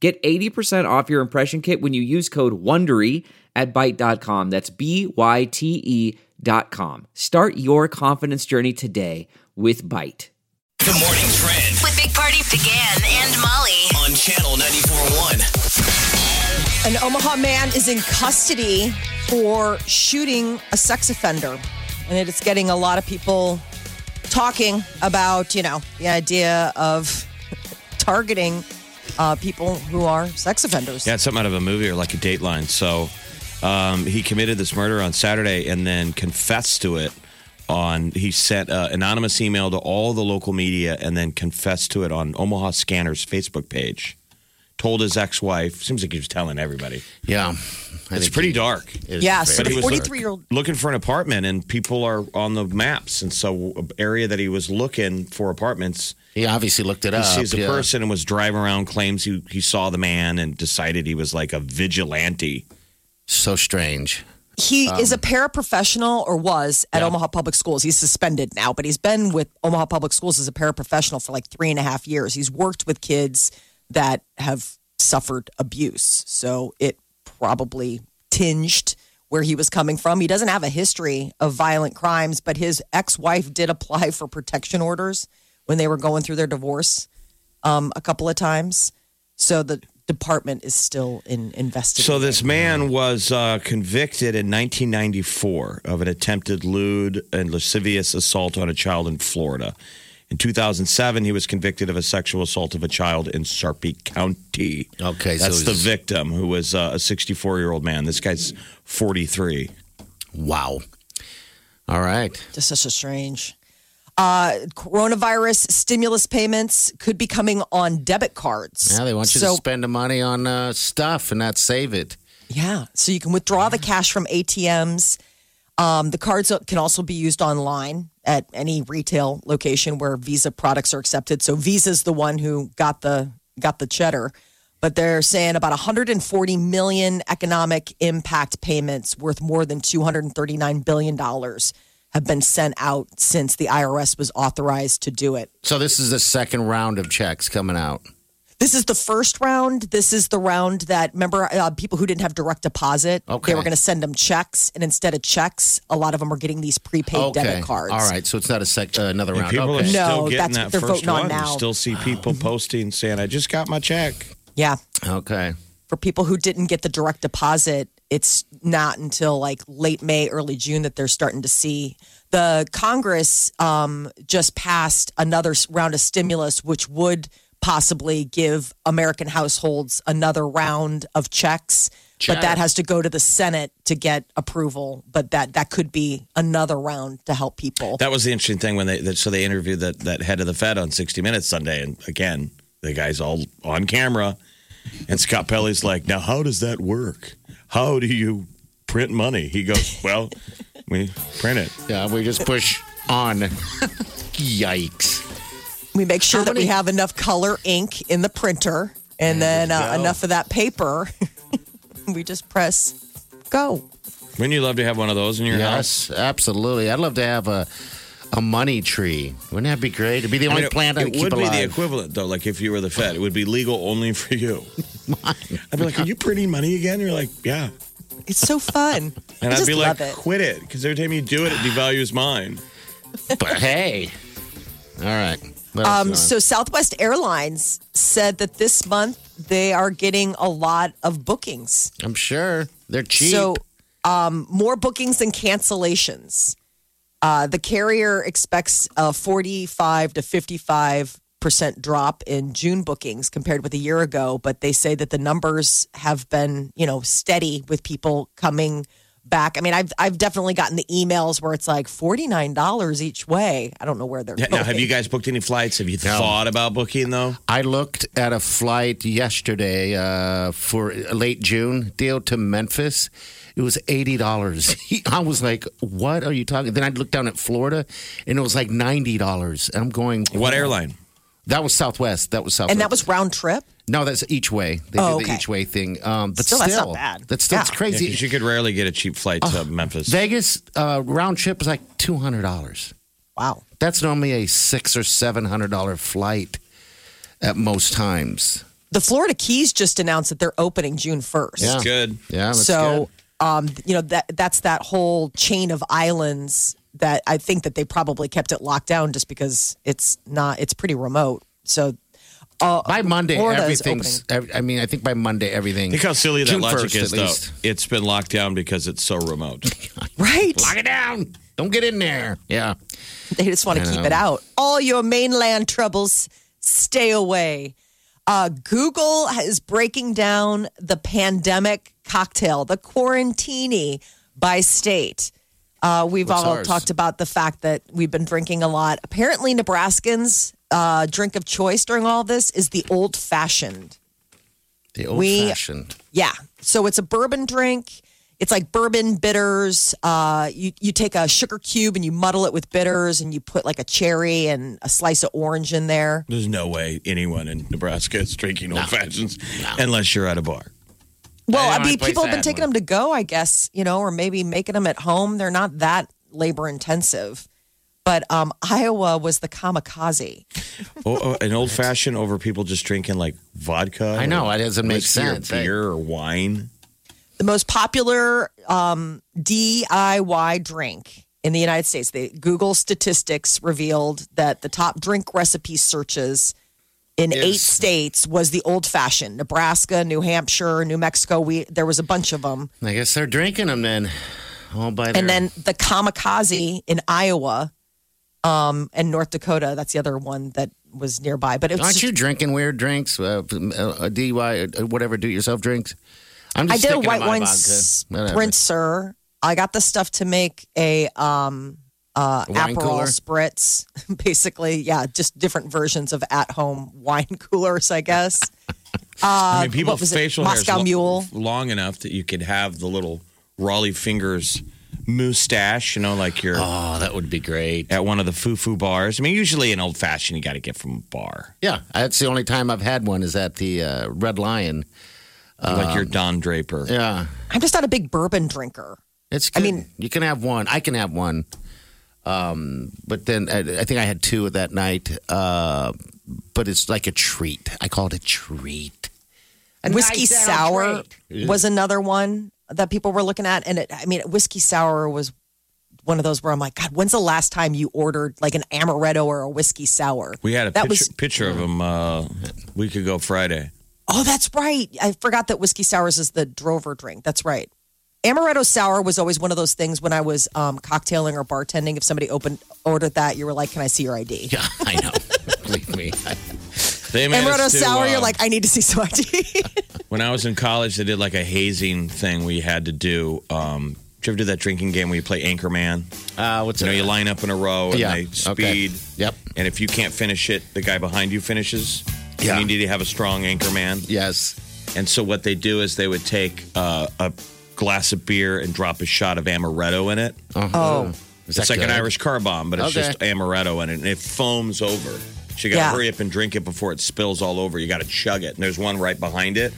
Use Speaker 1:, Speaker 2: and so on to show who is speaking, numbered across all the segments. Speaker 1: Get 80% off your impression kit when you use code WONDERY at Byte.com. That's b y t e dot com. Start your confidence journey today with Byte.
Speaker 2: The morning trend
Speaker 3: With Big Party began and Molly.
Speaker 2: on channel 94.1.
Speaker 4: An Omaha man is in custody for shooting a sex offender. And it is getting a lot of people talking about, you know, the idea of targeting uh, people who are sex offenders.
Speaker 5: Yeah, it's something out of a movie or like a Dateline. So um, he committed this murder on Saturday and then confessed to it. On he sent an anonymous email to all the local media and then confessed to it on Omaha Scanner's Facebook page. Told his ex-wife. Seems like he was telling everybody.
Speaker 6: Yeah.
Speaker 5: It's pretty dark.
Speaker 4: Yeah,
Speaker 6: Yes.
Speaker 4: so
Speaker 5: But he was
Speaker 4: 43 year old.
Speaker 5: Looking for an apartment and people are on the maps, and so area that he was looking for apartments.
Speaker 6: He obviously looked it
Speaker 5: He
Speaker 6: up.
Speaker 5: sees a
Speaker 6: yeah.
Speaker 5: person and was driving around, claims he, he saw the man and decided he was like a vigilante.
Speaker 6: So strange.
Speaker 4: He is
Speaker 5: Um,
Speaker 4: a paraprofessional or was at Omaha Public Schools. He's suspended now, but he's been with Omaha Public Schools as a paraprofessional for like three and a half years. He's worked with kids that have suffered abuse. So it probably tinged where he was coming from. He doesn't have a history of violent crimes, but his ex wife did apply for protection orders when they were going through their divorce um, a couple of times. So the department is still in investigation.
Speaker 5: So this man was uh, convicted in 1994 of an attempted lewd and lascivious assault on a child in Florida. In 2007, he was convicted of a sexual assault of a child in Sarpy County.
Speaker 6: Okay, so
Speaker 5: that's
Speaker 6: it
Speaker 5: the
Speaker 6: was-
Speaker 5: victim who was uh, a 64 year old man. This guy's 43.
Speaker 6: Wow. All right.
Speaker 4: Just such a strange. Uh, coronavirus stimulus payments could be coming on debit cards.
Speaker 6: Now they want you
Speaker 4: so,
Speaker 6: to spend the money on uh, stuff and not save it.
Speaker 4: Yeah, so you can withdraw the cash from ATMs. Um, the cards can also be used online at any retail location where Visa products are accepted. So Visa's the one who got the got the cheddar, but they're saying about 140 million economic impact payments worth more than 239 billion dollars have been sent out since the IRS was authorized to do it.
Speaker 6: So this is the second round of checks coming out.
Speaker 4: This is the first round. This is the round that remember uh, people who didn't have direct deposit.
Speaker 6: Okay.
Speaker 4: They were going to send them checks, and instead of checks, a lot of them are getting these prepaid debit cards.
Speaker 6: All right. So it's not a sec- uh, another round. eh? Oh.
Speaker 5: People are
Speaker 6: okay.
Speaker 4: No,
Speaker 5: still getting
Speaker 4: that's what
Speaker 5: that
Speaker 4: they're
Speaker 5: first
Speaker 4: voting on
Speaker 5: one. You
Speaker 4: now.
Speaker 5: still see people posting saying, "I just got my check."
Speaker 4: Yeah,
Speaker 6: okay.
Speaker 4: for people who didn't get the direct deposit, it's not until like late May, early June that they're starting to see. The Congress um, just passed another s- round of stimulus, which would possibly give American households another round of checks. But that has to go to the Senate to get approval. But that that could be another round to help people.
Speaker 5: That was the interesting thing when they that, so they interviewed that that head of the Fed on 60 Minutes Sunday, and again the guy's all on camera, and Scott Pelley's like, "Now how does that work? How do you print money?" He goes, "Well, we print it."
Speaker 6: Yeah, we just push on. Yikes.
Speaker 4: we make sure
Speaker 6: How
Speaker 4: that we
Speaker 6: many-
Speaker 4: have enough color ink in the printer and then uh, enough of that paper we just press go
Speaker 5: Wouldn't you love to have one of those in your house?
Speaker 6: Yes, absolutely. I'd love to have a a money tree. Wouldn't that be great? It'd be the
Speaker 5: I
Speaker 6: only
Speaker 5: mean, it-
Speaker 6: plant I
Speaker 5: it
Speaker 6: would
Speaker 5: would
Speaker 6: keep
Speaker 5: be
Speaker 6: alive.
Speaker 5: the equivalent though. Like if you were the Fed, it would be legal only for you. I'd be like, "Are you printing money again?" You're like, "Yeah."
Speaker 4: it's so fun
Speaker 5: And
Speaker 4: i
Speaker 5: I'd
Speaker 4: just
Speaker 5: be
Speaker 4: love
Speaker 5: like,
Speaker 4: it
Speaker 5: quit it. Because every time you do it, it devalues mine.
Speaker 6: but hey. All right. Let us know.
Speaker 4: um, so southwest airlines said that this month they are getting a lot of bookings
Speaker 6: I'm sure they're cheap.
Speaker 4: So, um, more bookings than cancellations. Uh, the carrier expects a 45 to 55 percent drop in June bookings compared with a year ago, but they say that the numbers have been, you know, steady with people coming back. I mean, I've I've definitely gotten the emails where it's like forty nine dollars each way. I don't know where they're.
Speaker 5: Yeah, Now,
Speaker 4: going.
Speaker 5: have you guys booked any flights? Have you thought about booking though?
Speaker 6: I looked at a flight yesterday uh, for late June deal to Memphis. It was eighty dollars. I was like, "What are you talking?" Then I looked down at Florida, and it was like ninety dollars. And I'm going,
Speaker 5: What airline?
Speaker 6: That was Southwest. That was Southwest.
Speaker 4: and that was round trip.
Speaker 6: no, that's each way. They
Speaker 4: Oh,
Speaker 6: did the
Speaker 4: okay.
Speaker 6: each way thing. Um, but
Speaker 4: Still,
Speaker 6: still,
Speaker 4: that's not bad.
Speaker 6: That's still it's
Speaker 4: Yeah.
Speaker 6: crazy.
Speaker 5: 'Cause you could rarely get a cheap flight
Speaker 6: Oh,
Speaker 5: to Memphis.
Speaker 6: Vegas uh, round trip is like two hundred dollars.
Speaker 4: Wow.
Speaker 6: That's normally a six or seven hundred dollar flight at most times.
Speaker 4: The Florida Keys just announced that they're opening June first.
Speaker 6: Yeah.
Speaker 5: Good.
Speaker 6: Yeah, that's
Speaker 4: so
Speaker 6: good.
Speaker 4: um, you know that that's that whole chain of islands that I think that they probably kept it locked down just because it's not it's pretty remote. So uh,
Speaker 6: by Monday
Speaker 4: Florida is
Speaker 6: everything's. ev- I mean, I think by Monday everything.
Speaker 5: Think how silly that
Speaker 6: June
Speaker 5: logic
Speaker 6: 1st,
Speaker 5: is,
Speaker 6: at
Speaker 5: though.
Speaker 6: least.
Speaker 5: It's been locked down because it's so remote.
Speaker 4: right,
Speaker 6: Lock it down. Don't get in there. Yeah.
Speaker 4: they just want to keep it out. All your mainland troubles, stay away. Uh, Google is breaking down the pandemic cocktail, the quarantini by state. Uh, we've all
Speaker 6: ours?
Speaker 4: talked about the fact that we've been drinking a lot. Apparently, Nebraskans' uh, drink of choice during all this is the old fashioned.
Speaker 6: The old
Speaker 4: We-
Speaker 6: fashioned.
Speaker 4: Yeah. So it's a bourbon drink. It's like bourbon bitters. Uh, you, you take a sugar cube and you muddle it with bitters and you put like a cherry and a slice of orange in there.
Speaker 5: There's no way anyone in Nebraska is drinking old fashions unless you're at a bar.
Speaker 4: Well, I
Speaker 6: don't
Speaker 4: mean,
Speaker 6: like
Speaker 4: people have been
Speaker 6: that
Speaker 4: taking them to go, I guess, you know, or maybe making them at home. They're not that labor intensive. But um, Iowa was the kamikaze.
Speaker 5: Oh, oh, an old fashioned over people just drinking like vodka.
Speaker 6: I know,
Speaker 5: or
Speaker 6: it doesn't make
Speaker 5: whiskey or
Speaker 6: sense, eh?
Speaker 5: beer or wine.
Speaker 4: the most popular um, DIY drink in the United States. The Google statistics revealed that the top drink recipe searches in eight states was the old fashioned. Nebraska, New Hampshire, New Mexico. We there was a bunch of them,
Speaker 6: I guess they're drinking them then. All by
Speaker 4: and
Speaker 6: their-
Speaker 4: then the kamikaze in Iowa um, and North Dakota. That's the other one that was nearby. But it's
Speaker 6: aren't you drinking weird drinks? Uh, uh, DUI, uh, whatever, do it yourself drinks. I'm
Speaker 4: I
Speaker 6: just
Speaker 4: did a
Speaker 6: sticking to
Speaker 4: white
Speaker 6: my
Speaker 4: wine
Speaker 6: vodka. Whatever.
Speaker 4: spritzer. I got the stuff to make a um uh
Speaker 6: wine
Speaker 4: Aperol
Speaker 6: cooler?
Speaker 4: spritz. Basically, yeah, just different versions of at-home wine coolers, I guess.
Speaker 5: I mean, people's
Speaker 4: what was it?
Speaker 5: facial hair is
Speaker 4: Moscow
Speaker 5: lo-
Speaker 4: Mule.
Speaker 5: long enough that you could have the little Raleigh fingers moustache, you know, like you're
Speaker 6: Oh, that would be great.
Speaker 5: at one of the foo foo bars. I mean, usually an old fashioned you got to get from a bar,
Speaker 6: Yeah, that's the only time I've had one is at the uh, Red Lion.
Speaker 5: like your Don Draper.
Speaker 6: Uh, Yeah,
Speaker 4: I'm just not a big bourbon drinker.
Speaker 6: it's.
Speaker 4: I
Speaker 6: Good.
Speaker 4: mean-
Speaker 6: you can have one. I can have one. Um, but then I, I think I had two that night. Uh, but it's like a treat. I call it a treat. A
Speaker 4: whiskey
Speaker 6: nice little
Speaker 4: sour
Speaker 6: treat.
Speaker 4: was another one that people were looking at and it, I mean, whiskey sour was one of those where I'm like, God, when's the last time you ordered like an amaretto or a whiskey sour?
Speaker 5: We had a
Speaker 4: that
Speaker 5: picture,
Speaker 4: was
Speaker 5: picture of him uh, a week ago Friday.
Speaker 4: Oh, that's right. I forgot that whiskey sours is the drover drink. That's right. Amaretto sour was always one of those things when I was um, cocktailing or bartending. If somebody opened ordered that, you were like, "Can I see your ID?"
Speaker 6: Yeah, I know. Believe me.
Speaker 5: They made
Speaker 4: Amaretto
Speaker 5: us do,
Speaker 4: sour,
Speaker 6: um,
Speaker 4: you're
Speaker 5: uh,
Speaker 4: like, "I need to see some ID."
Speaker 5: When I was in college, they did like a hazing thing we had to do. Um, did you ever do that drinking game where you play Anchorman?
Speaker 6: Uh, what's
Speaker 5: You know,
Speaker 6: it?
Speaker 5: you line up in a row and
Speaker 6: Yeah,
Speaker 5: they
Speaker 6: okay.
Speaker 5: speed.
Speaker 6: Yep.
Speaker 5: And if you can't finish it, the guy behind you finishes.
Speaker 6: Yeah.
Speaker 5: And you need to have a strong Anchorman.
Speaker 6: Yes.
Speaker 5: And so what they do is they would take uh, a glass of beer and drop a shot of amaretto in it.
Speaker 4: oh,
Speaker 6: Uh-huh. Is
Speaker 5: it's
Speaker 6: that
Speaker 5: like an
Speaker 6: good?
Speaker 5: Irish car bomb, but it's
Speaker 6: Okay.
Speaker 5: just amaretto in it, and it foams over. So you got to
Speaker 4: Yeah.
Speaker 5: hurry up and drink it before it spills all over. You got to chug it, and there's one right behind it.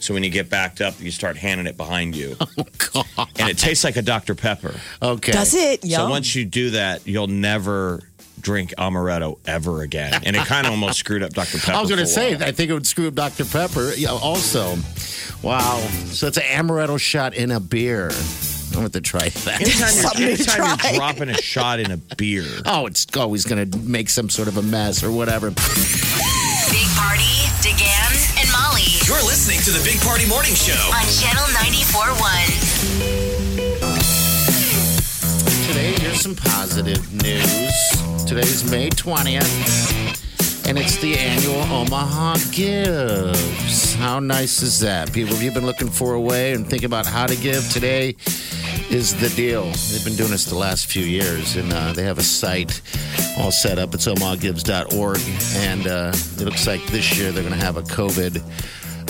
Speaker 5: So when you get backed up, you start handing it behind you,
Speaker 6: God.
Speaker 5: and it tastes like a Dr Pepper.
Speaker 6: Okay.
Speaker 4: does it?
Speaker 5: So
Speaker 4: Yum.
Speaker 5: once you do that, you'll never drink amaretto ever again. And it kind of almost screwed up Dr Pepper.
Speaker 6: I was going to
Speaker 5: for a
Speaker 6: say,
Speaker 5: while.
Speaker 6: I think it would screw up Dr. Pepper. Yeah, also, wow. So it's an amaretto shot in a beer. I'm going to try that.
Speaker 5: Anytime,
Speaker 4: Something
Speaker 5: you're,
Speaker 4: to
Speaker 5: anytime you're
Speaker 4: try.
Speaker 5: dropping a shot in a beer,
Speaker 6: oh, it's always going to make some sort of a mess or whatever.
Speaker 3: Big Party, DeGan, and Molly
Speaker 2: You're listening to the Big Party Morning Show.
Speaker 3: on Channel 94.1.
Speaker 6: Today, here's some positive news. Today's May 20th, and it's the annual Omaha Gives. How nice is that? People, if you've been looking for a way and thinking about how to give today, is the deal. They've been doing this the last few years, and uh, they have a site all set up. It's omahagives.org, and uh, it looks like this year they're going to have a COVID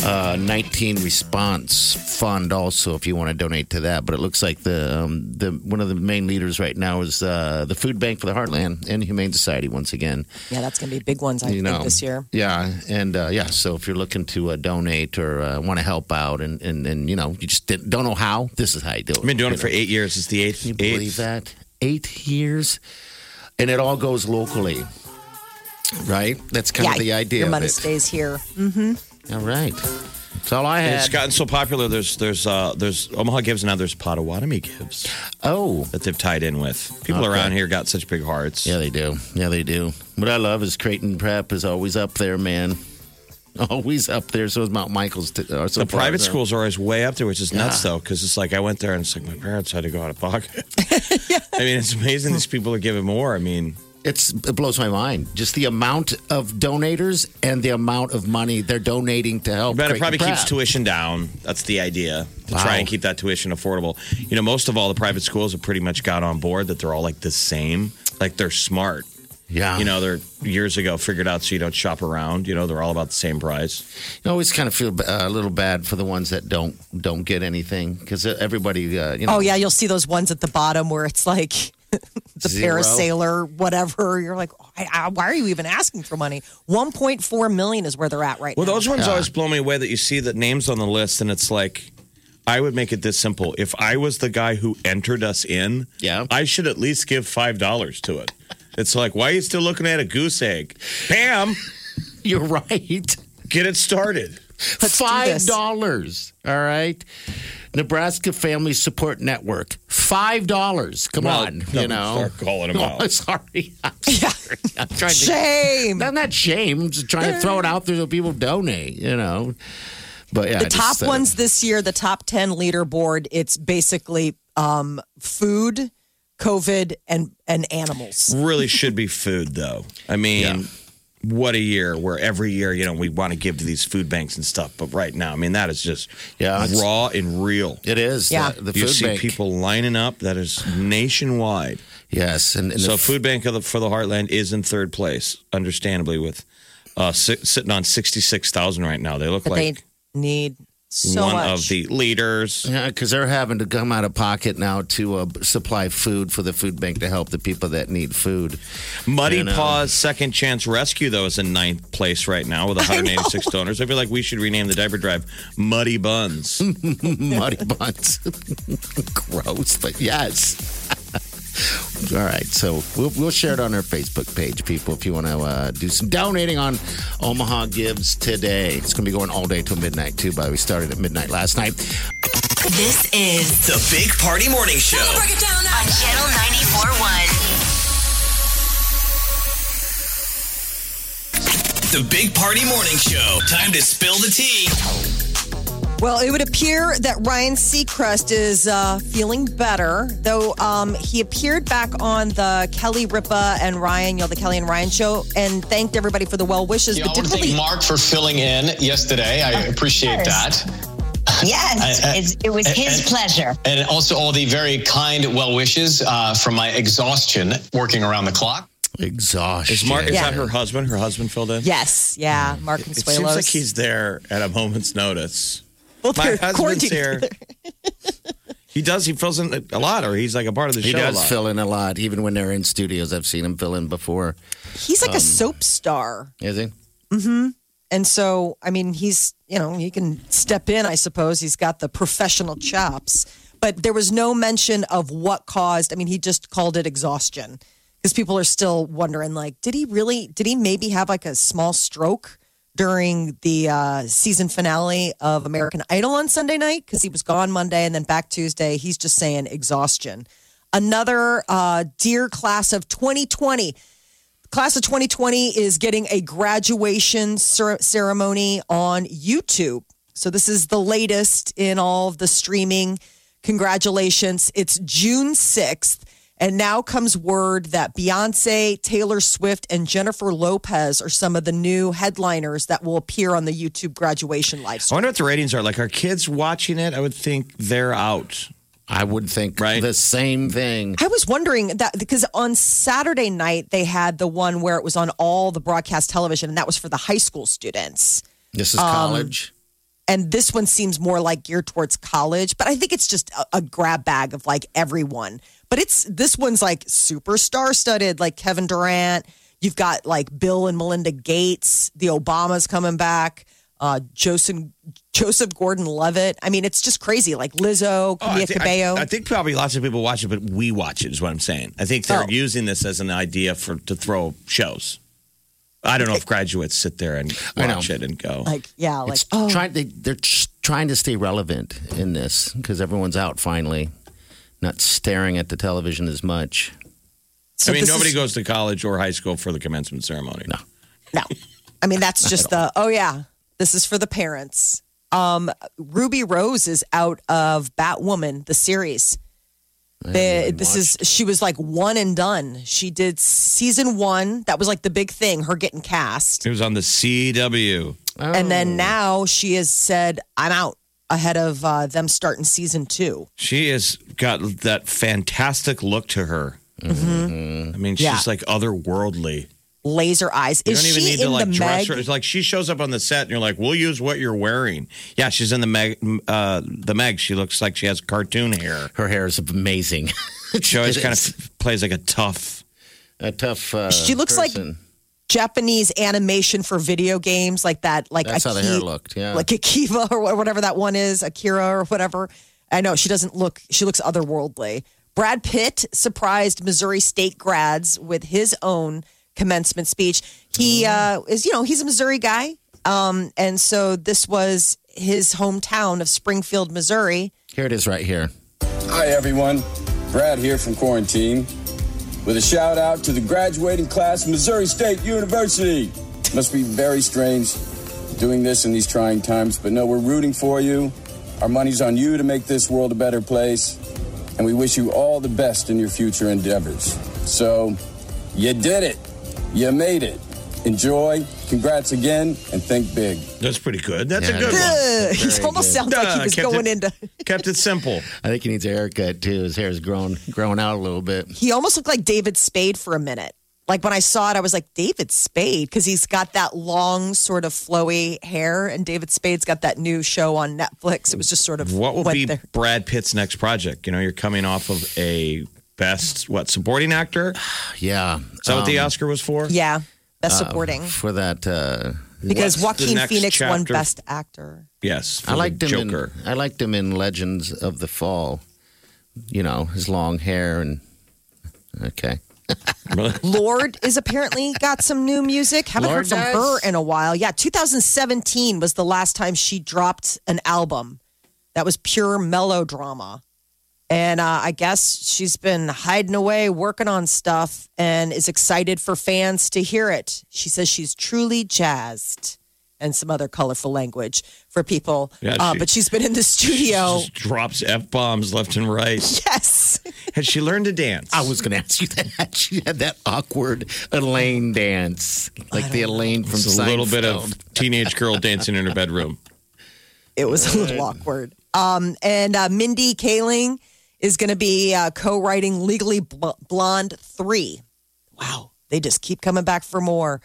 Speaker 6: uh, 19 response fund also if you want to donate to that. But it looks like the um, the one of the main leaders right now is uh, the Food Bank for the Heartland and Humane Society once again
Speaker 4: Yeah, that's going to be big ones, I
Speaker 6: you
Speaker 4: think,
Speaker 6: know
Speaker 4: this year.
Speaker 6: Yeah, and uh, yeah. So if you're looking to uh, donate or uh, want to help out, and, and and you know you just didn't, don't know how, this is how you do it.
Speaker 5: I've been doing it for eight years. It's the eighth.
Speaker 6: Can you
Speaker 5: eighth.
Speaker 6: believe that? Eight years, and it all goes locally, right? That's kind of the idea.
Speaker 4: Your
Speaker 6: of
Speaker 4: money
Speaker 6: it.
Speaker 4: stays here.
Speaker 6: All right, that's all I
Speaker 5: It's
Speaker 6: had.
Speaker 5: gotten so popular. There's there's uh, there's Omaha gives and now there's Potawatomi gives
Speaker 6: oh,
Speaker 5: that they've tied in with. People
Speaker 6: Okay.
Speaker 5: around here got such big hearts.
Speaker 6: yeah, they do. Yeah, they do. What I love is Creighton Prep is always up there, man. Always up there. So is Mount Michael's. T- or so
Speaker 5: The
Speaker 6: far
Speaker 5: private
Speaker 6: as-
Speaker 5: schools are always way up there, which is nuts
Speaker 6: Yeah.
Speaker 5: though, because it's like I went there and it's like my parents had to go out of pocket. I mean, it's amazing these people are giving more. I mean,
Speaker 6: it's it blows my mind just the amount of donators and the amount of money they're donating to help.
Speaker 5: but it
Speaker 6: Creighton
Speaker 5: probably keeps
Speaker 6: Prep.
Speaker 5: tuition down. That's the idea to
Speaker 6: Wow.
Speaker 5: try and keep that tuition affordable. You know, most of all the private schools have pretty much got on board that they're all like the same. Like they're smart.
Speaker 6: Yeah,
Speaker 5: You know, they're years ago figured out so you don't shop around. You know, they're all about the same price.
Speaker 6: you always kind of feel uh, a little bad for the ones that don't don't get anything because everybody, uh, you know,
Speaker 4: Oh, yeah, you'll see those ones at the bottom where it's like the
Speaker 6: Zero.
Speaker 4: parasailer, whatever. You're like, "Oh, I, I, why are you even asking for money? 1.4 million is where they're at right
Speaker 5: Well,
Speaker 4: now.
Speaker 5: those ones always blow me away that you see the names on the list, and it's like, I would make it this simple. If I was the guy who entered us in,
Speaker 6: Yeah.
Speaker 5: I should at least give five dollars to it. It's like, why are you still looking at a goose egg? Bam,
Speaker 6: you're right.
Speaker 5: get it started.
Speaker 6: Five
Speaker 4: this.
Speaker 6: dollars. All right, Nebraska Family Support Network. Five dollars. Come
Speaker 5: Well,
Speaker 6: on,
Speaker 5: don't
Speaker 6: you know.
Speaker 5: start calling 'em
Speaker 6: Oh,
Speaker 5: out.
Speaker 6: sorry, I'm
Speaker 4: Yeah.
Speaker 6: trying to
Speaker 4: Shame.
Speaker 6: I'm not shame. I'm just trying to throw it out there so people donate. You know, but yeah, I
Speaker 4: the
Speaker 6: just
Speaker 4: top
Speaker 6: said it.
Speaker 4: ones this year, the top 10 leaderboard, it's basically um, food, COVID, and, and animals.
Speaker 5: Really should be food, though. I mean. What a year where every year, you know, we want to give to these food banks and stuff. But right now, I mean, that is just
Speaker 6: Yeah, it's-
Speaker 5: raw and real.
Speaker 6: It is.
Speaker 4: Yeah.
Speaker 6: The, the
Speaker 5: you
Speaker 6: food
Speaker 5: see
Speaker 6: bank.
Speaker 5: people lining up that is nationwide.
Speaker 6: Yes, and, and
Speaker 5: So,
Speaker 6: the
Speaker 5: Food Bank of the, for the Heartland is in third place, understandably, with uh, si- sitting on sixty six thousand right now. They look
Speaker 4: But
Speaker 5: like
Speaker 4: they need so
Speaker 5: one
Speaker 4: much.
Speaker 5: of the leaders.
Speaker 6: Yeah, because they're having to come out of pocket now to uh, supply food for the food bank to help the people that need food.
Speaker 5: Muddy
Speaker 6: You know.
Speaker 5: Paws Second Chance Rescue though is in ninth place right now with one hundred eighty six donors. I feel like we should rename the diaper drive Muddy Buns.
Speaker 6: Muddy buns. Gross, but yes. All right, so we'll, we'll share it on our Facebook page, people, if you want to uh, do some donating on Omaha Gives today. It's going to be going all day till midnight, too, by the way. We started at midnight last night.
Speaker 3: This is
Speaker 2: The Big Party Morning Show.
Speaker 3: on Channel 94.1.
Speaker 2: The Big Party Morning Show. Time to spill the tea.
Speaker 4: Well, it would appear that Ryan Seacrest is uh, feeling better, though um, he appeared back on the Kelly Ripa and Ryan, you know, the Kelly and Ryan show, and thanked everybody for the well wishes.
Speaker 7: Yeah,
Speaker 4: but
Speaker 7: I want
Speaker 4: did
Speaker 7: to thank
Speaker 4: really,
Speaker 7: Mark for filling in yesterday. I appreciate
Speaker 8: course.
Speaker 7: that.
Speaker 8: Yes,
Speaker 7: I- I-
Speaker 8: it's, it was his
Speaker 7: I-
Speaker 8: pleasure.
Speaker 7: And also all the very kind well wishes uh, from my exhaustion working around the clock.
Speaker 6: Exhaustion.
Speaker 5: Is Mark? Is
Speaker 4: Yeah.
Speaker 5: that her husband? Her husband filled in.
Speaker 4: yes, yeah, Mark
Speaker 5: It seems
Speaker 4: Consuelos.
Speaker 5: like he's there at a moment's notice.
Speaker 4: Well,
Speaker 5: My
Speaker 4: they're
Speaker 5: husband's
Speaker 4: quarantined.
Speaker 5: here. He does. He fills in a lot, or he's like a part of the
Speaker 6: He
Speaker 5: show. a
Speaker 6: does
Speaker 5: lot.
Speaker 6: fill in a lot, even when they're in studios. I've seen him fill in before.
Speaker 4: He's
Speaker 5: Um,
Speaker 4: like a soap star,
Speaker 6: Is he?
Speaker 4: and so I mean, he's you know he can step in, I suppose. He's got the professional chops, but there was no mention of what caused. I mean, he just called it exhaustion because people are still wondering, like, did he really? Did he maybe have like a small stroke? During the uh, season finale of American Idol on Sunday night, because he was gone Monday and then back Tuesday, he's just saying exhaustion. Another uh, dear class of 2020, class of 2020 is getting a graduation cer- ceremony on YouTube. So this is the latest in all of the streaming. Congratulations. It's June 6th. And now comes word that Beyonce, Taylor Swift, and Jennifer Lopez are some of the new headliners that will appear on the YouTube graduation live
Speaker 5: I
Speaker 4: stream.
Speaker 5: wonder what the ratings are. Like, are kids watching it? I would think they're out.
Speaker 6: I would think
Speaker 5: Right.
Speaker 6: the same thing.
Speaker 4: I was wondering that because on Saturday night they had the one where it was on all the broadcast television, and that was for the high school students.
Speaker 6: This is college.
Speaker 4: And this one seems more like geared towards college, but I think it's just a, a grab bag of like everyone. But it's this one's like super star studded, like Kevin Durant. You've got like Bill and Melinda Gates, the Obamas coming back, uh, Joseph Joseph Gordon Levitt. I mean, it's just crazy. Like Lizzo,
Speaker 5: Oh, I,
Speaker 4: Camila
Speaker 5: thi- I-
Speaker 4: Cabello.
Speaker 5: I think probably lots of people watch it, but we watch it is what I'm saying. I think they're
Speaker 4: Oh.
Speaker 5: using this as an idea for to throw shows. I don't know if graduates sit there and
Speaker 6: I know.
Speaker 5: watch it and go.
Speaker 4: like yeah, like
Speaker 6: It's
Speaker 4: oh,
Speaker 6: trying, they, they're just trying to stay relevant in this because everyone's out finally, not staring at the television as much.
Speaker 5: I
Speaker 4: so
Speaker 5: mean,
Speaker 4: this
Speaker 5: nobody
Speaker 4: is-
Speaker 5: goes to college or high school for the commencement ceremony. No.
Speaker 4: No. I mean, that's just the, oh, yeah, this is for the parents. Um, Ruby Rose is out of Batwoman, the series. The, this is, she was like one and done. She did season one. That was like the big thing, her getting cast.
Speaker 5: It was on the CW.
Speaker 4: And
Speaker 5: Oh.
Speaker 4: then now she has said, I'm out ahead of uh, them starting season two.
Speaker 5: She has got that fantastic look to her. I mean, she's
Speaker 4: Yeah.
Speaker 5: like otherworldly.
Speaker 4: Laser eyes.
Speaker 5: You
Speaker 4: Is
Speaker 5: don't even
Speaker 4: she
Speaker 5: need
Speaker 4: in
Speaker 5: to like
Speaker 4: the Meg?
Speaker 5: dress her. It's like she shows up on the set, and you're like, "We'll use what you're wearing." Yeah, she's in the Meg. Uh, the Meg. She looks like she has cartoon hair.
Speaker 6: Her hair is amazing.
Speaker 5: She always
Speaker 6: It
Speaker 5: kind
Speaker 6: is.
Speaker 5: of plays like a tough.
Speaker 6: a tough. Uh,
Speaker 4: She looks like-
Speaker 6: person.
Speaker 4: Japanese animation for video games, like that, like
Speaker 6: That's how the hair
Speaker 4: Aki-
Speaker 6: looked, yeah.
Speaker 4: like Akiva or wha- whatever that one is, Akira or whatever. I know she doesn't look; she looks otherworldly. Brad Pitt surprised Missouri State grads with his own commencement speech.
Speaker 6: Oh.
Speaker 4: He uh, is, you know, he's a Missouri guy, um, and so this was his hometown of Springfield, Missouri.
Speaker 6: Here it is, right here.
Speaker 9: Hi, everyone. Brad here from quarantine with a shout out to the graduating class of Missouri State University. Must be very strange doing this in these trying times, but no, we're rooting for you. Our money's on you to make this world a better place, and we wish you all the best in your future endeavors. So, you did it. You made it. Enjoy. Congrats again, and think big.
Speaker 5: That's pretty good. That's
Speaker 6: Yeah,
Speaker 5: a
Speaker 6: it
Speaker 5: good one.
Speaker 4: Ugh, he
Speaker 6: Very
Speaker 4: almost
Speaker 6: good.
Speaker 4: sounds like
Speaker 5: Duh,
Speaker 4: he was
Speaker 5: kept
Speaker 4: going
Speaker 5: it-
Speaker 4: into.
Speaker 5: Kept it simple.
Speaker 6: I think he needs a haircut too. His hair's grown grown out a little bit.
Speaker 4: he almost looked like David Spade for a minute. Like when I saw it, I was like, David Spade, because he's got that long, sort of flowy hair, and David Spade's got that new show on Netflix. It was just sort of
Speaker 5: What will
Speaker 4: went
Speaker 5: be
Speaker 4: there.
Speaker 5: Brad Pitt's next project? You know, you're coming off of a best what supporting actor. Is
Speaker 6: Yeah,
Speaker 5: that what the Oscar was for?
Speaker 4: Yeah, best supporting.
Speaker 6: for that. Uh,
Speaker 4: Because
Speaker 5: what's Uh,
Speaker 4: Joaquin
Speaker 5: the next
Speaker 4: Phoenix won
Speaker 5: chapter?
Speaker 4: Best Actor.
Speaker 5: Yes. For
Speaker 6: I liked
Speaker 5: the
Speaker 6: him.
Speaker 5: Joker.
Speaker 6: In, I liked him in Legends of the Fall. You know his long hair and okay.
Speaker 4: Lord is apparently got some new music. Haven't heard
Speaker 6: Lorde
Speaker 4: from
Speaker 6: does?
Speaker 4: her in a while. Yeah, 2017 was the last time she dropped an album. That was pure melodrama. And uh, I guess she's been hiding away, working on stuff, and is excited for fans to hear it. She says she's truly jazzed and some other colorful language for people.
Speaker 5: Yeah,
Speaker 4: uh,
Speaker 5: she-
Speaker 4: but she's been in the studio.
Speaker 5: Just drops f bombs left and right.
Speaker 4: yes.
Speaker 5: Has she learned to dance?
Speaker 6: I was going to ask you that. She had that awkward Elaine dance, like the Elaine from
Speaker 5: It's a
Speaker 6: Seinfeld.
Speaker 5: little bit of teenage girl dancing in her bedroom.
Speaker 4: it was a little awkward. Um, and uh, Mindy Kaling is going to be uh, co-writing Legally Bl- Blonde three. Wow, they just keep coming back for more.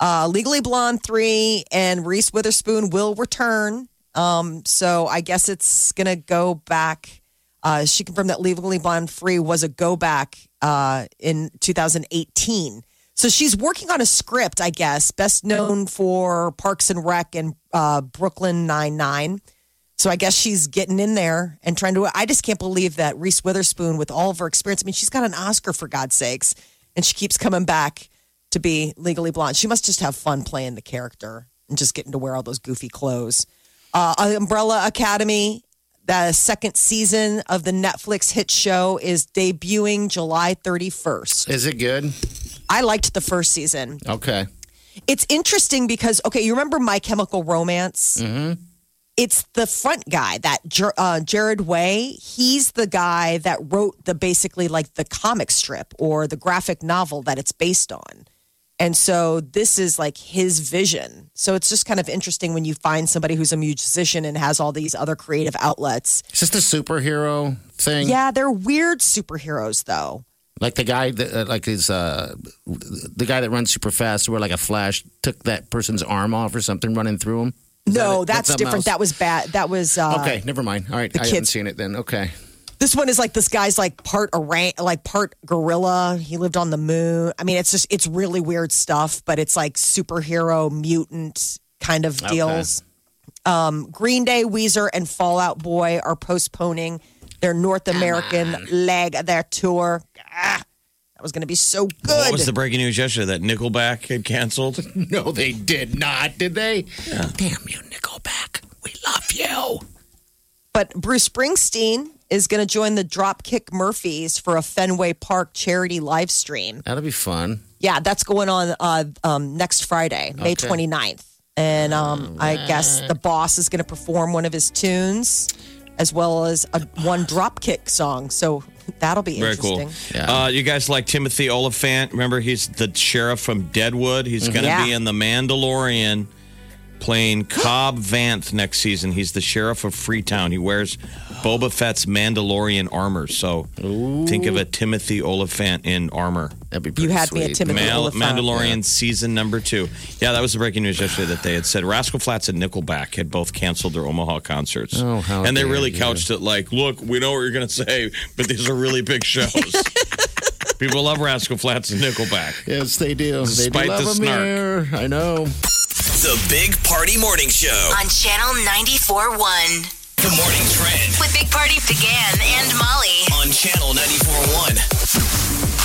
Speaker 4: Uh, Legally Blonde three and Reese Witherspoon will return. Um, so I guess it's going to go back. Uh, she confirmed that Legally Blonde three was a go back uh, in 2018. So she's working on a script, I guess, best known for Parks and Rec and uh, Brooklyn Nine Nine. So I guess she's getting in there and trying to. I just can't believe that Reese Witherspoon, with all of her experience, I mean, she's got an Oscar for God's sakes, and she keeps coming back to be Legally Blonde. She must just have fun playing the character and just getting to wear all those goofy clothes. Uh, Umbrella Academy, the second season of the Netflix hit show, is debuting July thirty first.
Speaker 6: Is it good?
Speaker 4: I liked the first season
Speaker 6: Okay.
Speaker 4: it's interesting because okay, you remember My Chemical Romance? Mm-hmm. It's the front guy that Jer- uh, Jared Way. He's the guy that wrote the basically like the comic strip or the graphic novel that it's based on. And so this is like his vision. So it's just kind of interesting when you find somebody who's a musician and has all these other creative outlets.
Speaker 6: It's just a superhero thing.
Speaker 4: Yeah, they're weird superheroes though.
Speaker 6: Like the guy that, uh, like his, uh, the guy that runs super fast, where like a flash took that person's arm off or something running through him. Is that
Speaker 4: No,
Speaker 6: it?
Speaker 4: that's,
Speaker 6: something
Speaker 4: different.
Speaker 6: else?
Speaker 4: That was bad. That was uh,
Speaker 6: Okay, never mind. All right, I haven't
Speaker 4: kid-
Speaker 6: seen it then. Okay.
Speaker 4: This one is like this guy's like part orang, like part gorilla. He lived on the moon. I mean, it's just it's really weird stuff, but it's like superhero mutant kind of deals. Um, Green Day, Weezer, and Fallout Boy are postponing their North American leg of their tour. Ah, that was going to be so
Speaker 5: What
Speaker 4: good.
Speaker 5: was the breaking news yesterday that Nickelback had canceled?
Speaker 6: No, they did not, did they? Damn you, Nickelback. We love you.
Speaker 4: but Bruce Springsteen is going to join the Dropkick Murphys for a Fenway Park charity live stream.
Speaker 6: That'll be fun.
Speaker 4: Yeah, that's going on uh, um, next Friday, May
Speaker 6: Okay.
Speaker 4: twenty 29th. And
Speaker 5: Mm,
Speaker 4: um, I guess the boss is going to perform one of his tunes as well as a, one dropkick song. So that'll be
Speaker 5: Very
Speaker 4: interesting.
Speaker 5: cool. Uh, you guys like Timothy Oliphant? Remember, he's the sheriff from Deadwood.
Speaker 6: Mm-hmm.
Speaker 5: He's going to be
Speaker 4: Yeah.
Speaker 5: in The Mandalorian playing Cobb Vanth next season. He's the sheriff of Freetown. He wears Boba Fett's Mandalorian armor. So think of a Timothy Oliphant in armor.
Speaker 6: That'd be
Speaker 4: You
Speaker 6: pretty
Speaker 4: had
Speaker 6: sweet.
Speaker 4: me at Timothy
Speaker 5: Mal-
Speaker 4: Oliphant.
Speaker 5: Mandalorian season number two. Yeah, that was the breaking news yesterday that they had said Rascal Flats and Nickelback had both canceled their Omaha concerts.
Speaker 6: Oh, how
Speaker 5: and they
Speaker 6: dare
Speaker 5: really
Speaker 6: you.
Speaker 5: couched it like, look, we know what you're going to say, but these are really big shows. People love Rascal Flats and Nickelback.
Speaker 6: Yes, they do. They
Speaker 5: Despite
Speaker 6: do
Speaker 5: the
Speaker 6: love 'em
Speaker 5: snark.
Speaker 6: here. I know.
Speaker 2: The Big Party Morning Show.
Speaker 3: on Channel 94.1
Speaker 2: The Morning Trend
Speaker 3: with Big Party began and Molly.
Speaker 2: on Channel 94.1.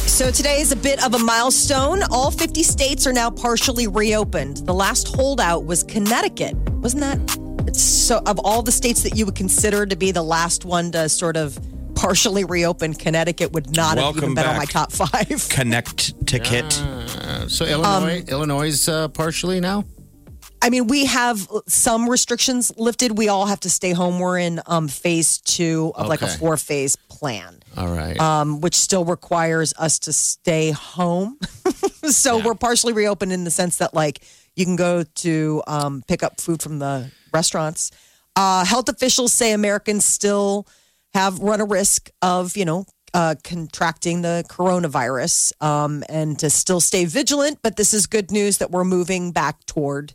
Speaker 4: So today is a bit of a milestone. All 50 states are now partially reopened. The last holdout was Connecticut. Wasn't that? It's so of all the states that you would consider to be the last one to sort of partially reopen, Connecticut would not have
Speaker 5: Welcome
Speaker 4: even been on my
Speaker 5: back.
Speaker 4: top five.
Speaker 5: Connect ticket.
Speaker 4: Um,
Speaker 6: So Illinois, Illinois is uh, partially now.
Speaker 4: I mean, we have some restrictions lifted. We all have to stay home. We're in um, phase two of like a
Speaker 6: Okay.
Speaker 4: four phase plan,
Speaker 6: All right.
Speaker 4: um, which still requires us to stay home. so we're partially reopened in the sense that like you can go to um, pick up food from the restaurants. Uh, health officials say Americans still have run a risk of you know uh, contracting the coronavirus, um, and to still stay vigilant. But this is good news that we're moving back toward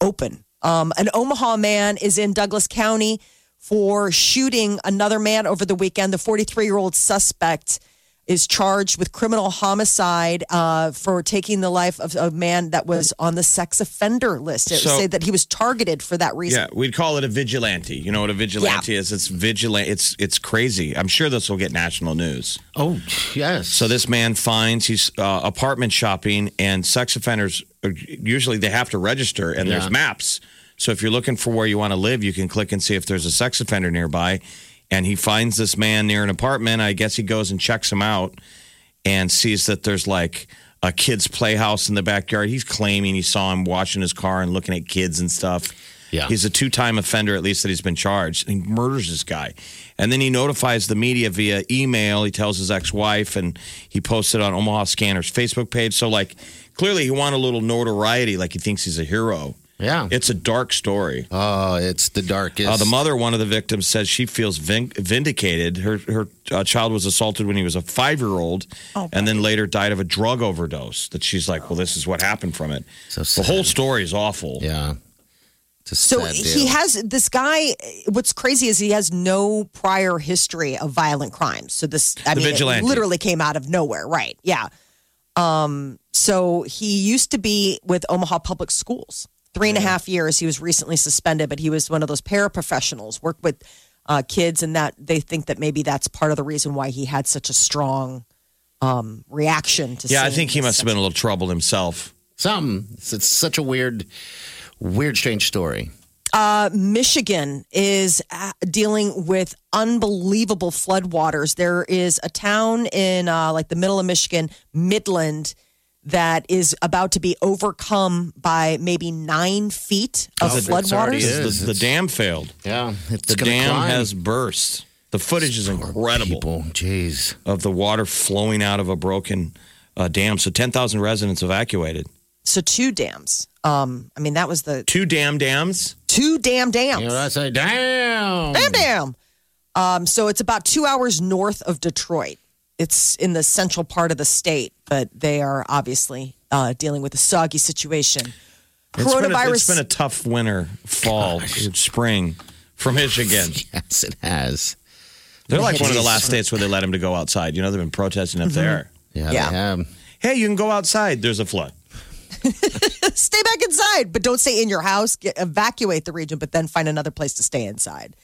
Speaker 4: open. Um, an Omaha man is in Douglas County for shooting another man over the weekend. The 43 year old suspect is charged with criminal homicide uh, for taking the life of a man that was on the sex offender list. It
Speaker 5: So-
Speaker 4: say that he was targeted for that reason.
Speaker 5: Yeah, we'd call it a vigilante. You know what a vigilante is? It's vigilant. It's it's crazy. I'm sure this will get national news.
Speaker 6: oh yes.
Speaker 5: So this man finds he's uh, apartment shopping, and sex offenders are- usually they have to register, and there's maps. So if you're looking for where you want to live, you can click and see if there's a sex offender nearby. And he finds this man near an apartment. I guess he goes and checks him out, and sees that there's like a kid's playhouse in the backyard. He's claiming he saw him washing his car and looking at kids and stuff.
Speaker 6: Yeah.
Speaker 5: He's a two time offender, at least that he's been charged. And he murders this guy. And then he notifies the media via email. He tells his ex wife and he posted on Omaha Scanner's Facebook page. So, like, clearly he wanted a little notoriety, like he thinks he's a hero.
Speaker 6: yeah.
Speaker 5: It's a dark story.
Speaker 6: oh, it's the darkest.
Speaker 5: Uh, the mother, of one of the victims, says she feels vin- vindicated. Her her uh, child was assaulted when he was a five year old,
Speaker 6: Oh,
Speaker 5: and then later died of a drug overdose. That she's like, well, this is what happened from it.
Speaker 6: So
Speaker 5: the whole
Speaker 6: sad.
Speaker 5: story is awful.
Speaker 6: yeah. It's a
Speaker 4: So
Speaker 6: sad
Speaker 4: he
Speaker 6: deal.
Speaker 4: has this guy. What's crazy is he has no prior history of violent crimes. So this, I
Speaker 5: The
Speaker 4: mean, it
Speaker 5: vigilante.
Speaker 4: literally came out of nowhere. Right? Yeah. Um. So he used to be with Omaha Public Schools. Three and a half years. He was recently suspended, but he was one of those paraprofessionals. Worked with uh, kids, and that they think that maybe that's part of the reason why he had such a strong um, reaction to.
Speaker 5: Yeah, I
Speaker 4: seeing
Speaker 5: think he
Speaker 4: this
Speaker 5: must have been a little troubled himself.
Speaker 6: something. It's, it's such a weird, weird, strange story.
Speaker 4: Michigan is uh, dealing with unbelievable floodwaters. There is a town in uh, like the middle of Michigan, Midland, that is about to be overcome by maybe nine feet of
Speaker 6: Oh, it's already
Speaker 4: floodwaters.
Speaker 6: is.
Speaker 5: The, the dam failed.
Speaker 6: Yeah. It's
Speaker 5: The
Speaker 6: gonna
Speaker 5: dam
Speaker 6: climb.
Speaker 5: has burst. The footage is incredible
Speaker 6: people. Jeez.
Speaker 5: of the water flowing out of a broken uh, dam. So 10,000 residents evacuated.
Speaker 4: So two dams. Um, I mean, that was the
Speaker 5: Two dam dams.
Speaker 4: two damn dams.
Speaker 6: You know, I say, damn.
Speaker 4: Damn, damn. Um, so it's about two hours north of Detroit. It's in the central part of the state, but they are obviously uh, dealing with a soggy situation.
Speaker 5: It's been a- it's
Speaker 4: Coronavirus.
Speaker 5: been a tough winter, fall, spring for Michigan.
Speaker 6: Yes, it has.
Speaker 5: They're like one of the last states where they let him to go outside. You know, they've been protesting
Speaker 6: Mm-hmm.
Speaker 5: up there.
Speaker 6: Yeah,
Speaker 4: Yeah.
Speaker 6: they have.
Speaker 5: Hey, you can go outside. There's a flood.
Speaker 4: stay back inside, but don't stay in your house. Get, evacuate the region, but then find another place to stay inside.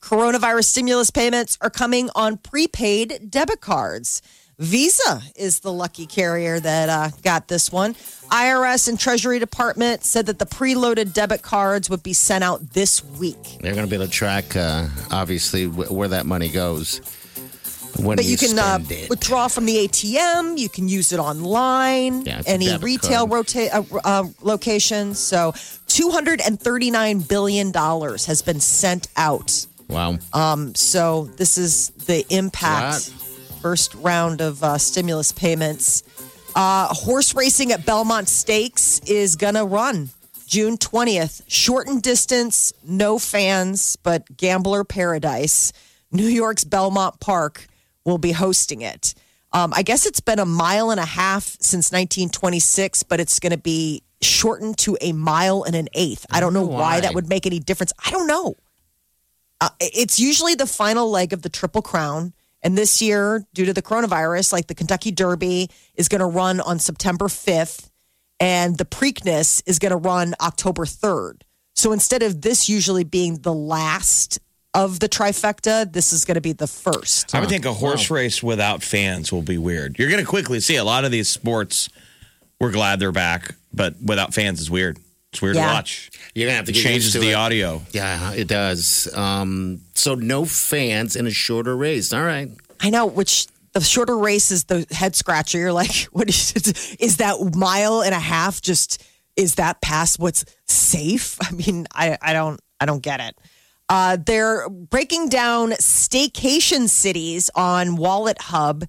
Speaker 4: Coronavirus stimulus payments are coming on prepaid debit cards. Visa is the lucky carrier that uh, got this one. IRS and Treasury Department said that the preloaded debit cards would be sent out this week.
Speaker 6: They're going to be able to track, uh, obviously, wh- where that money goes. When
Speaker 4: But you can uh,
Speaker 6: spend it.
Speaker 4: withdraw from the ATM. You can use it online.
Speaker 6: Yeah, it's a
Speaker 4: any
Speaker 6: debit
Speaker 4: retail
Speaker 6: card.
Speaker 4: rota- uh, uh, locations. So, two hundred and thirty nine billion dollars has been sent out.
Speaker 6: Wow.
Speaker 4: So this is the impact.
Speaker 6: Right.
Speaker 4: First round of uh, stimulus payments. Uh, horse racing at Belmont Stakes is gonna run June twentieth. Shortened distance, no fans, but gambler paradise. New York's Belmont Park will be hosting it. Um, I guess it's been a mile and a half since 1926, but it's going to be shortened to a mile and an eighth. I don't know why that would make any difference. I don't know uh, it's usually the final leg of the Triple Crown. And this year, due to the coronavirus, like the Kentucky Derby is going to run on September 5th, and the Preakness is going to run October 3rd. So instead of this usually being the last of the trifecta, this is going to be the first.
Speaker 5: I would think a horse race without fans will be weird. You're going to quickly see a lot of these sports. We're glad they're back, but without fans is weird. It's weird to
Speaker 4: Yeah.
Speaker 5: watch.
Speaker 6: You're going to have to
Speaker 5: It
Speaker 6: get
Speaker 5: changes
Speaker 6: used to
Speaker 5: the
Speaker 6: it.
Speaker 5: audio.
Speaker 6: Yeah, it does. Um, so no fans in a shorter race. All right.
Speaker 4: I know, which the shorter race is the head scratcher. You're like, what is, is that mile and a half? Just is that past what's safe? I mean, I, I don't I don't get it. Uh, they're breaking down staycation cities on Wallet Hub.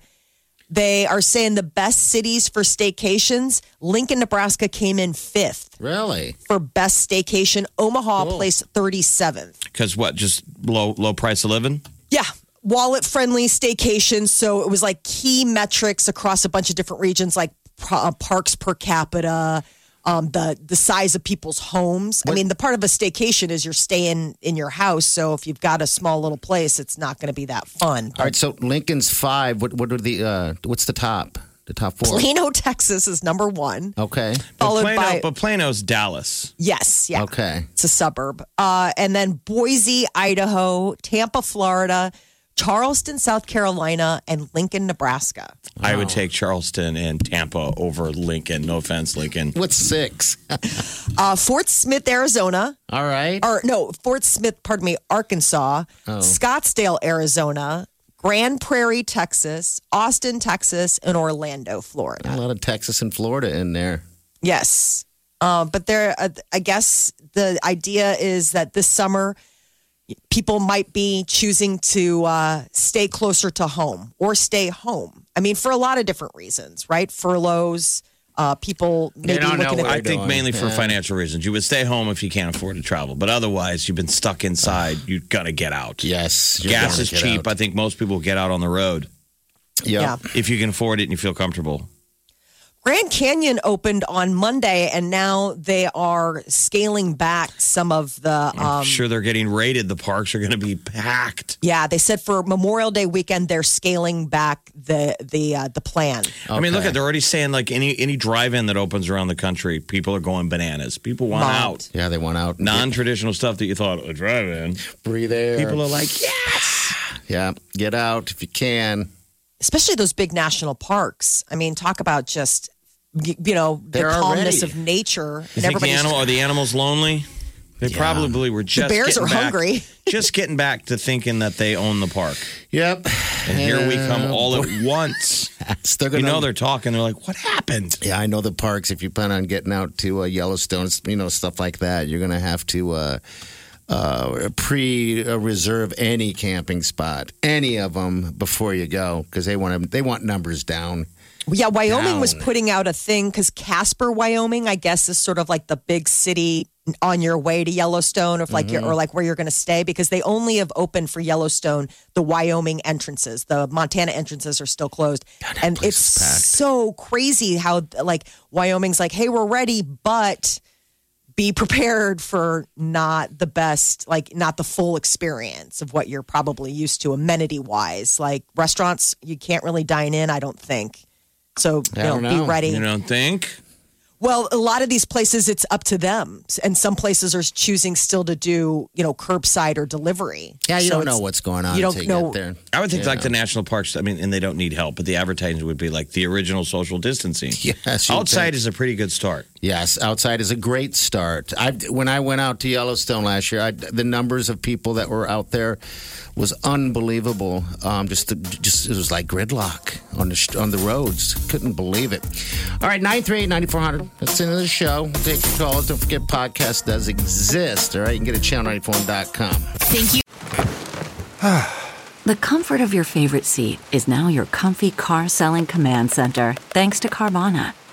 Speaker 4: They are saying the best cities for staycations. Lincoln, Nebraska came in fifth
Speaker 6: Really?
Speaker 4: for best staycation. Omaha placed 37th.
Speaker 5: Because what? Just low low price of living.
Speaker 4: Yeah. Wallet friendly staycation. So it was like key metrics across a bunch of different regions, like pro- uh, parks per capita, um, the the size of people's homes. I mean, the part of a staycation is you're staying in your house. So if you've got a small little place, it's not going to be that fun.
Speaker 6: All right. So Lincoln's five. What? What are the? Uh, what's the top? The top four.
Speaker 4: Plano, Texas is number one,
Speaker 6: Okay.
Speaker 4: followed
Speaker 5: Plano,
Speaker 4: by
Speaker 5: but Plano's Dallas.
Speaker 4: yes, yeah,
Speaker 6: Okay.
Speaker 4: it's a suburb, uh, and then Boise, Idaho, Tampa, Florida, Charleston, South Carolina, and Lincoln, Nebraska.
Speaker 5: I would take Charleston and Tampa over Lincoln. No offense, Lincoln.
Speaker 6: What's six?
Speaker 4: Uh, Fort Smith, Arizona,
Speaker 6: All right.
Speaker 4: or no, Fort Smith, pardon me, Arkansas, Scottsdale, Arizona, Grand Prairie, Texas, Austin, Texas, and Orlando,
Speaker 6: A
Speaker 4: Florida.
Speaker 6: lot of Texas and Florida in there.
Speaker 4: Yes. Uh, but there, uh, I guess the idea is that this summer, people might be choosing to uh, stay closer to home or stay home. I mean, for a lot of different reasons, right? Furloughs, uh, people maybe
Speaker 6: don't know
Speaker 4: looking at
Speaker 6: what
Speaker 5: I
Speaker 6: They're
Speaker 5: think
Speaker 6: doing,
Speaker 5: mainly for financial reasons. You would stay home if you can't afford to travel, but otherwise, you've been stuck inside. you got to get out.
Speaker 6: Yes. you're
Speaker 5: Gas
Speaker 6: gonna
Speaker 5: is
Speaker 6: get
Speaker 5: cheap.
Speaker 6: out.
Speaker 5: I think most people get out on the road
Speaker 6: Yep.
Speaker 4: Yeah.
Speaker 5: if you can afford it and you feel comfortable.
Speaker 4: Grand Canyon opened on Monday, and now they are scaling back some of the. Um,
Speaker 5: I'm sure they're getting raided. The parks are going to be packed.
Speaker 4: yeah, they said for Memorial Day weekend they're scaling back the the uh, the plan.
Speaker 5: I mean, look at they're already saying like any any drive-in that opens around the country, people are going bananas. People want
Speaker 4: Right.
Speaker 5: out.
Speaker 6: Yeah, they went out.
Speaker 5: Non-traditional stuff that you thought a drive-in.
Speaker 6: breathe air.
Speaker 5: People are like, yeah.
Speaker 6: yeah, get out if you can.
Speaker 4: Especially those big national parks. I mean, talk about just y- you know the
Speaker 6: They're
Speaker 4: calmness
Speaker 6: already-
Speaker 4: of nature
Speaker 5: You
Speaker 4: and
Speaker 5: think the
Speaker 4: everybody's
Speaker 5: animal are the animals lonely? They probably were just
Speaker 4: bears
Speaker 5: getting
Speaker 4: are
Speaker 5: back-
Speaker 4: hungry.
Speaker 5: just getting back to thinking that they own the park,
Speaker 6: Yep.
Speaker 5: and here we come all at once.
Speaker 6: They're
Speaker 5: You
Speaker 6: gonna
Speaker 5: know they're talking. They're like, "What happened?"
Speaker 6: Yeah, I know the parks. If you plan on getting out to uh, Yellowstone, it's- you know stuff like that, you're gonna have to uh, uh, pre uh, reserve any camping spot, any of them before you go because they want 'em- they want numbers down.
Speaker 4: Yeah, Wyoming was
Speaker 6: Down.
Speaker 4: putting out a thing because Casper, Wyoming, I guess is sort of like the big city on your way to Yellowstone, or if like you're, or like where you're going to stay, because they only have opened for Yellowstone the Wyoming entrances. The Montana entrances are still closed, and it's so crazy how like Wyoming's like, hey, we're ready, but be prepared for not the best, like not the full experience of what you're probably used to amenity wise. Like restaurants, you can't really dine in, I don't think. So you
Speaker 6: I
Speaker 4: know,
Speaker 6: don't know.
Speaker 4: be ready.
Speaker 5: You don't think?
Speaker 4: Well, a lot of these places, it's up to them, and some places are choosing still to do you know curbside or delivery.
Speaker 6: Yeah, you
Speaker 4: So
Speaker 6: don't know
Speaker 4: it's-
Speaker 6: what's going on.
Speaker 4: you don't
Speaker 6: until
Speaker 4: know-
Speaker 6: Get there.
Speaker 5: I would think like the national parks. I mean, and they don't need help, but the advertising would be like the original social distancing.
Speaker 6: Yes, you would
Speaker 5: outside is a pretty good start.
Speaker 6: Yes, outside is a great start. I when I went out to Yellowstone last year, I, the numbers of people that were out there was unbelievable. Um, just the, just it was like gridlock on the sh- on the roads. Couldn't believe it. All right, nine three eight ninety four hundred. That's the end of the show. Take your calls. Don't forget, podcast does exist. All right, you can get it at channel94.com.
Speaker 3: Thank you.
Speaker 10: The comfort of your favorite seat is now your comfy car selling command center, thanks to Carvana.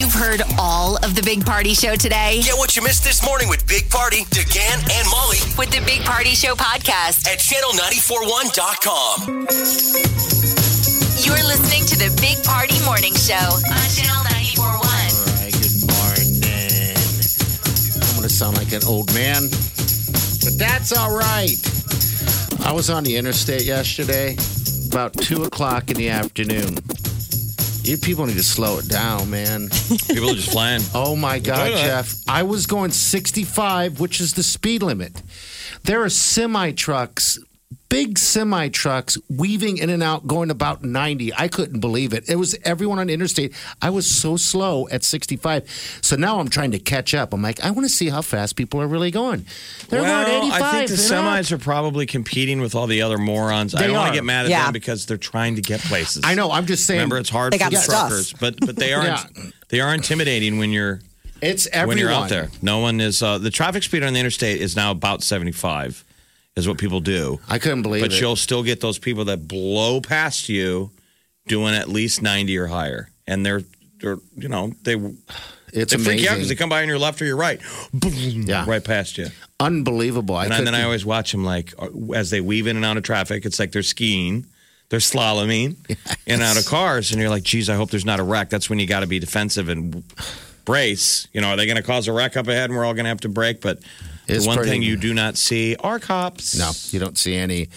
Speaker 3: You've heard all of the Big Party Show today
Speaker 2: Get what you missed this morning with Big Party, DeGan, and Molly
Speaker 3: with the Big Party Show podcast.
Speaker 2: at channel941.com.
Speaker 3: You're listening to the Big Party Morning Show on Channel 941.
Speaker 6: All right, good morning. I'm going to sound like an old man, but that's all right. I was on the interstate yesterday, about 2 o'clock in the afternoon. You people need to slow it down, man.
Speaker 5: People are just flying.
Speaker 6: Oh my God,
Speaker 5: Yeah.
Speaker 6: Jeff. I was going 65, which is the speed limit. There are semi trucks, big semi trucks, weaving in and out, going about 90. I couldn't believe it. It was everyone on the interstate. I was so slow at 65. So now I'm trying to catch up. I'm like, I want to see how fast people are really going. They're
Speaker 5: well,
Speaker 6: going 85.
Speaker 5: I think the
Speaker 6: in and out.
Speaker 5: semis are probably competing with all the other morons. I
Speaker 6: They
Speaker 5: don't want
Speaker 6: are.
Speaker 5: to get mad at
Speaker 4: Yeah.
Speaker 5: them because they're trying to get places.
Speaker 6: I know. I'm just saying.
Speaker 5: Remember, it's hard
Speaker 4: They
Speaker 5: for
Speaker 4: got
Speaker 5: the
Speaker 4: stuff.
Speaker 5: truckers, but but they are
Speaker 6: Yeah.
Speaker 5: they are intimidating when you're
Speaker 6: It's everyone.
Speaker 5: when you're out there. No one is. Uh, the traffic speed on the interstate is now about 75, is what people do.
Speaker 6: I couldn't believe
Speaker 5: but
Speaker 6: it.
Speaker 5: you'll still get those people that blow past you doing at least 90 or higher and they're they're you know they, they
Speaker 6: It's
Speaker 5: freak you out because they
Speaker 6: amazing. Ah.
Speaker 5: come by on your left or your right
Speaker 6: Yeah.
Speaker 5: right past you
Speaker 6: Unbelievable.
Speaker 5: and, I-
Speaker 6: couldn't-
Speaker 5: then i always watch them like uh, as they weave in and out of traffic it's like they're skiing they're slaloming in and out of cars and you're like geez i hope there's not a wreck that's when you got to be defensive and brace you know are they going to cause a wreck up ahead and we're all going to have to break but
Speaker 6: It's
Speaker 5: the one
Speaker 6: pretty-
Speaker 5: thing you do not see are cops
Speaker 6: No, you don't see any.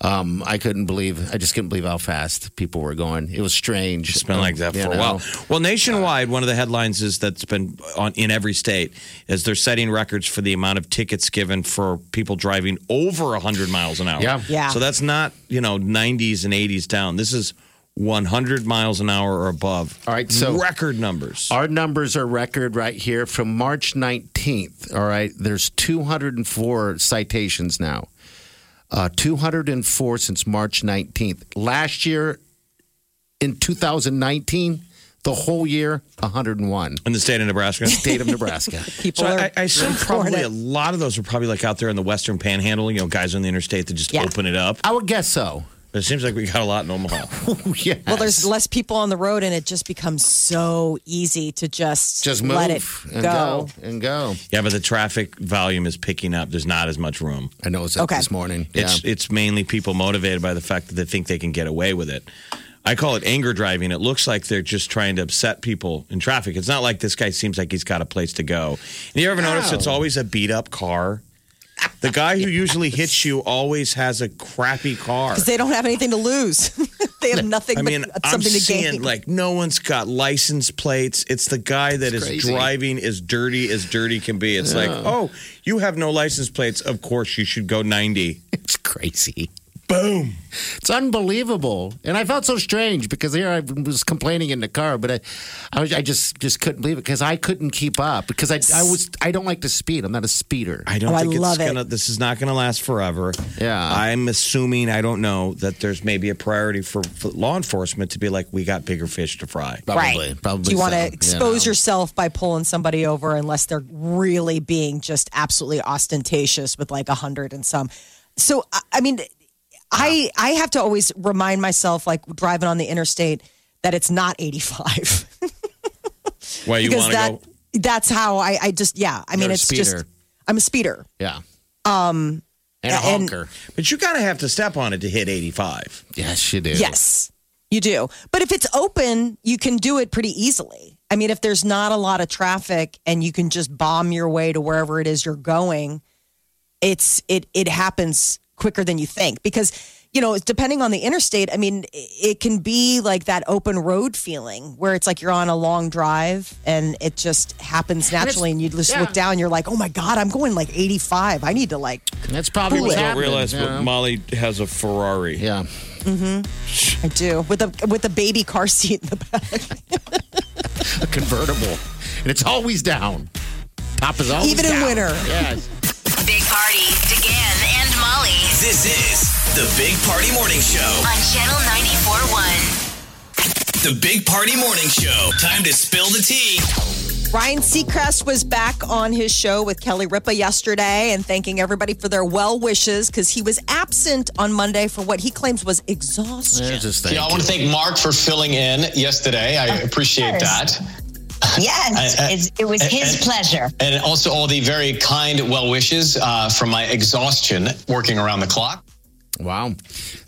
Speaker 6: Um, I couldn't believe. I just couldn't believe how fast people were going. It was strange.
Speaker 5: It's been like that for
Speaker 6: You
Speaker 5: a while.
Speaker 6: know?
Speaker 5: Well, nationwide, one of the headlines is that's been on in every state is they're setting records for the amount of tickets given for people driving over 100 miles an hour.
Speaker 6: Yeah.
Speaker 4: Yeah.
Speaker 5: So that's not, you know, 90s and 80s down. This is 100 miles an hour or above.
Speaker 6: All right, so-
Speaker 5: record numbers.
Speaker 6: Our numbers are record right here from March 19th. All right, there's 204 citations now. Uh, 204 since March 19th. Last year, in 2019, the whole year, 101.
Speaker 5: in the state of Nebraska.
Speaker 6: State of Nebraska.
Speaker 4: People
Speaker 5: So
Speaker 4: are
Speaker 5: I, I assume probably
Speaker 4: Florida.
Speaker 5: a lot of those are probably like out there in the western panhandle, you know, guys on the interstate that just
Speaker 4: Yeah.
Speaker 5: open it up.
Speaker 6: I would guess so.
Speaker 5: It seems like we got a lot in Omaha.
Speaker 6: yes.
Speaker 4: Well, there's less people on the road, and it just becomes so easy to just
Speaker 6: just move
Speaker 4: let it go.
Speaker 6: and go and go.
Speaker 5: Yeah, but the traffic volume is picking up. There's not as much room.
Speaker 6: I know it's up
Speaker 4: Okay.
Speaker 6: this morning.
Speaker 5: It's it's mainly people motivated by the fact that they think they can get away with it. I call it anger driving. It looks like they're just trying to upset people in traffic. It's not like this guy seems like he's got a place to go. And you ever notice it's always a beat up car? The guy who usually hits you always has a crappy car.
Speaker 4: Because they don't have anything to lose. they have nothing
Speaker 5: I mean,
Speaker 4: but
Speaker 5: I'm
Speaker 4: something to
Speaker 5: seeing
Speaker 4: gain.
Speaker 5: like no one's got license plates. It's the guy that is
Speaker 4: crazy.
Speaker 5: driving as dirty as dirty can be. It's like,
Speaker 4: Yeah.
Speaker 5: oh, you have no license plates. Of course, you should go 90.
Speaker 6: It's crazy.
Speaker 5: Boom.
Speaker 6: It's unbelievable. And I felt so strange because here I was complaining in the car, but I, I, was, I just just couldn't believe it because I couldn't keep up because I I was I don't like to speed. I'm not a speeder.
Speaker 5: I
Speaker 4: Oh,
Speaker 5: don't think it's gonna. This is not gonna last forever. Yeah, I'm assuming I don't know that there's maybe a priority for, for law enforcement to be like, we got bigger fish to fry.
Speaker 4: right. Do you want to expose yourself by pulling somebody over unless they're really being just absolutely ostentatious with like a hundred and some? So I- I mean, I I have to always remind myself, like driving on the interstate, that it's not eighty five
Speaker 5: Why you
Speaker 4: because
Speaker 5: want to
Speaker 4: that
Speaker 5: go?
Speaker 4: that's how I I just yeah. I mean,
Speaker 5: You're a
Speaker 4: it's just
Speaker 5: speeder.
Speaker 4: I'm a speeder.
Speaker 6: Yeah.
Speaker 4: Um,
Speaker 5: And a honker, but you gotta have to step on it to hit 85.
Speaker 6: Yes, you do.
Speaker 4: Yes, you do. But if it's open, you can do it pretty easily. I mean, if there's not a lot of traffic and you can just bomb your way to wherever it is you're going, it's it it happens quicker than you think because you know depending on the interstate i mean i- it can be like that open road feeling where it's like you're on a long drive and it just happens
Speaker 6: And it's-
Speaker 4: naturally and, you just
Speaker 6: yeah.
Speaker 4: look down you're like oh my god i'm going like 85 i need to like
Speaker 6: that's probably
Speaker 5: People
Speaker 4: what's
Speaker 5: don't
Speaker 4: happening,
Speaker 5: realize,
Speaker 4: you
Speaker 5: but
Speaker 4: know?
Speaker 5: Molly has a Ferrari.
Speaker 6: Yeah,
Speaker 4: mm-hmm. i do with a with a baby car seat in the back
Speaker 6: a convertible, and it's always down. Top is always
Speaker 3: Even in
Speaker 6: down.
Speaker 3: winter.
Speaker 6: Yes.
Speaker 3: Big Party, DeGan and Molly
Speaker 2: This is the Big Party Morning Show.
Speaker 3: on Channel 94.1.
Speaker 2: The Big Party Morning Show. Time to spill the tea.
Speaker 4: Ryan Seacrest was back on his show with Kelly Ripa yesterday and thanking everybody for their well wishes because he was absent on Monday for what he claims was exhaustion.
Speaker 7: You know, I want to thank Mark for filling in yesterday. I appreciate
Speaker 8: course.
Speaker 7: that.
Speaker 8: Yes,
Speaker 7: I- I-
Speaker 8: it's, it was his
Speaker 7: and-
Speaker 8: pleasure.
Speaker 7: And also all the very kind well wishes uh, from my exhaustion working around the clock.
Speaker 6: Wow.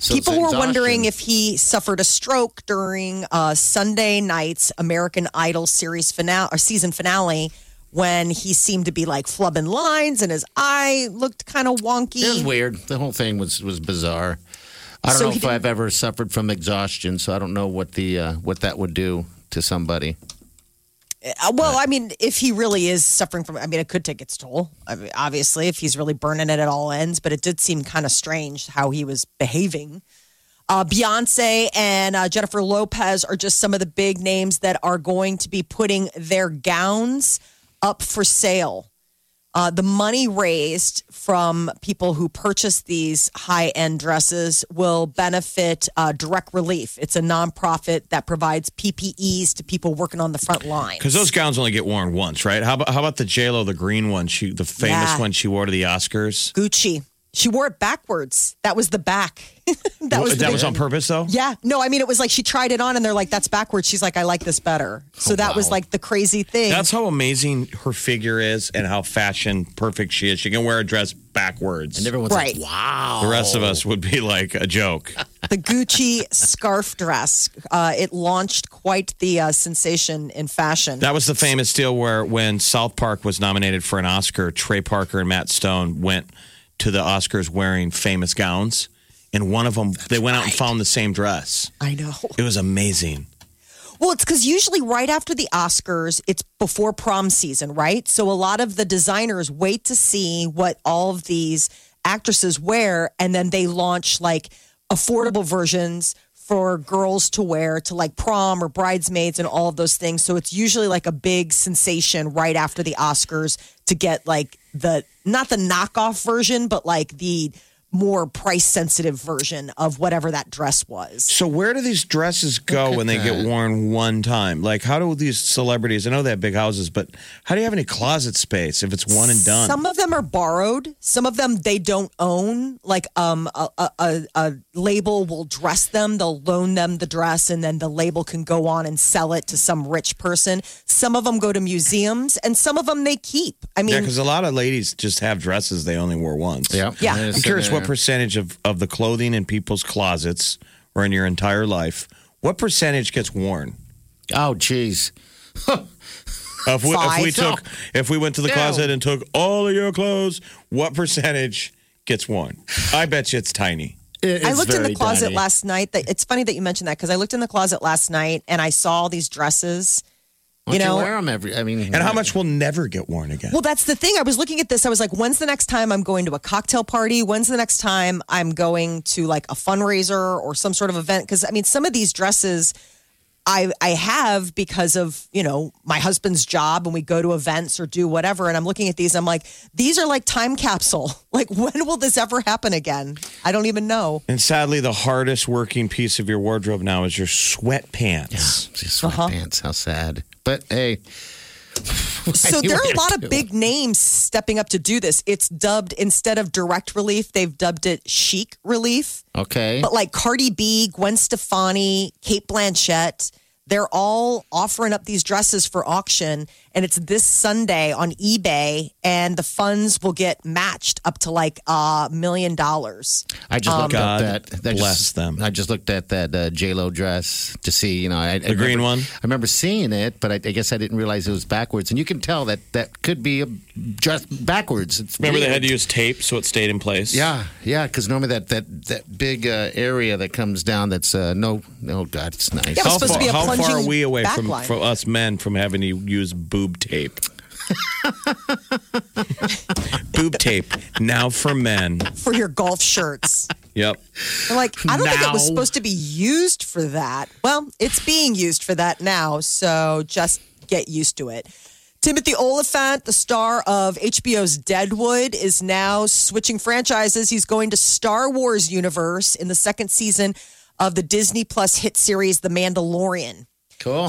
Speaker 4: People were wondering if he suffered a stroke during uh, Sunday night's American Idol series finale or season finale when he seemed to be like flubbing lines and his eye looked kind of wonky.
Speaker 6: It was weird. The whole thing was was bizarre. I don't
Speaker 4: So
Speaker 6: know
Speaker 4: he
Speaker 6: if I've ever suffered from exhaustion, so I don't know what the uh, what that would do to somebody.
Speaker 4: Uh, well, I mean, if he really is suffering from, I mean, it could take its toll. I mean, obviously, if he's really burning it at all ends, but it did seem kind of strange how he was behaving. Uh, Beyonce and uh, Jennifer Lopez are just some of the big names that are going to be putting their gowns up for sale. Uh, the money raised from people who purchase these high end dresses will benefit uh, Direct Relief. It's a nonprofit that provides PPEs to people working on the front line.
Speaker 5: Because those gowns only get worn once, right? How about how about the J Lo, the green one? She, the famous
Speaker 4: Yeah.
Speaker 5: one she wore to the Oscars.
Speaker 4: Gucci. She wore it backwards. That was the back. that was the
Speaker 5: that
Speaker 4: big-
Speaker 5: was on purpose, though.
Speaker 4: Yeah, no, I mean it was like she tried it on and they're like that's backwards. She's like I like this better. So that was like the crazy thing.
Speaker 5: That's how amazing her figure is and how fashion perfect she is. She can wear a dress backwards. And
Speaker 6: everyone's
Speaker 4: like, Right.
Speaker 6: wow.
Speaker 5: The rest of us would be like a joke.
Speaker 4: the Gucci scarf dress. Uh, it launched quite the uh, sensation in fashion.
Speaker 5: That was the famous deal where when South Park was nominated for an Oscar, Trey Parker and Matt Stone went to the Oscars wearing famous gowns. And one of them, they went out and found the same dress.
Speaker 4: I know.
Speaker 5: It was amazing.
Speaker 4: Well, it's because usually right after the Oscars, it's before prom season, right? So a lot of the designers wait to see what all of these actresses wear, and then they launch like affordable versions for girls to wear to like prom or bridesmaids and all of those things. So it's usually like a big sensation right after the Oscars to get like the not the knockoff version, but like the more price sensitive version of whatever that dress was.
Speaker 5: So where do these dresses go when they get worn one time? Like how do these celebrities? I know they have big houses, but how do you have any closet space if it's one and done?
Speaker 4: Some of them are borrowed. Some of them they don't own. Like um, a, a, a, a label will dress them. They'll loan them the dress, and then the label can go on and sell it to some rich person. Some of them go to museums, and some of them they keep. I
Speaker 5: yeah,
Speaker 4: mean,
Speaker 5: because a lot of ladies just have dresses they only wore once. Yeah,
Speaker 4: Yeah.
Speaker 5: I'm
Speaker 4: Yes,
Speaker 5: curious
Speaker 4: yeah.
Speaker 5: what percentage of of the clothing in people's closets or in your entire life What percentage gets worn?
Speaker 6: Oh, jeez.
Speaker 5: if we, if we
Speaker 6: Five.
Speaker 5: took, if we went to the
Speaker 6: No.
Speaker 5: closet and took all of your clothes, what percentage gets worn? I bet you it's tiny.
Speaker 4: I looked in the closet last night. That it's funny that you mentioned that because I looked in the closet last night and I saw these dresses.
Speaker 6: Why
Speaker 4: you
Speaker 6: don't
Speaker 4: know,
Speaker 6: wear 'em every. I mean,
Speaker 5: And how much will never get worn again?
Speaker 4: Well, that's the thing. I was looking at this. I was like, when's the next time I'm going to a cocktail party? When's the next time I'm going to like a fundraiser or some sort of event? Because I mean, some of these dresses I I have because of you know my husband's job, and we go to events or do whatever. And I'm looking at these. I'm like, these are like time capsule. Like, when will this ever happen again? I don't even know.
Speaker 5: And sadly, the hardest working piece of your wardrobe now is your sweatpants.
Speaker 6: Just sweatpants. How sad. But hey,
Speaker 4: So
Speaker 6: do
Speaker 4: there are
Speaker 6: we
Speaker 4: a lot
Speaker 6: do
Speaker 4: of
Speaker 6: it?
Speaker 4: big names stepping up to do this. It's dubbed instead of direct relief, they've dubbed it chic relief.
Speaker 6: okay.
Speaker 4: But like Cardi B, Gwen Stefani, Kate Blanchett, they're all offering up these dresses for auction. And it's this Sunday on eBay, and the funds will get matched up to like a million dollars.
Speaker 6: I
Speaker 4: Um,
Speaker 6: just looked
Speaker 5: God
Speaker 6: at that. I
Speaker 5: bless
Speaker 6: just,
Speaker 5: them.
Speaker 6: I just looked at that uh, J Lo dress to see, you know, I, the
Speaker 5: green one?
Speaker 6: I remember seeing it, but I, I guess I didn't realize it was backwards. And you can tell that that could be a dress backwards. It's
Speaker 5: Remember, they
Speaker 6: weird.
Speaker 5: had to use tape so it stayed in place.
Speaker 6: Yeah, yeah, because normally that that that big uh, area that comes down that's uh, no, no, God, it's nice.
Speaker 4: Yeah, but
Speaker 5: How
Speaker 4: It's supposed
Speaker 5: far,
Speaker 4: to be a
Speaker 5: how far are
Speaker 4: plunging
Speaker 5: we away
Speaker 4: back
Speaker 5: from,
Speaker 4: line.
Speaker 5: from us men from having to use boob tape? boob tape now for men.
Speaker 4: For your golf shirts.
Speaker 5: Yep.
Speaker 4: They're like, I don't think it was
Speaker 6: Now.
Speaker 4: supposed to be used for that. Well, it's being used for that now, so just get used to it. Timothy Oliphant, the star of HBO's Deadwood, is now switching franchises. He's going to Star Wars universe in the second season of the Disney Plus hit series The Mandalorian.
Speaker 5: Oh.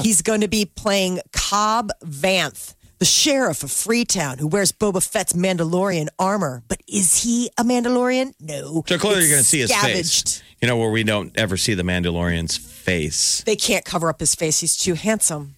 Speaker 6: cool.
Speaker 4: He's going to be playing Cobb Vanth, the sheriff of Freetown, who wears Boba Fett's Mandalorian armor. But is he a Mandalorian? No.
Speaker 5: So clearly,
Speaker 4: It's
Speaker 5: you're going to see his
Speaker 4: scavenged.
Speaker 5: face. You know where we don't ever see the Mandalorian's face
Speaker 4: They can't cover up his face. He's too handsome.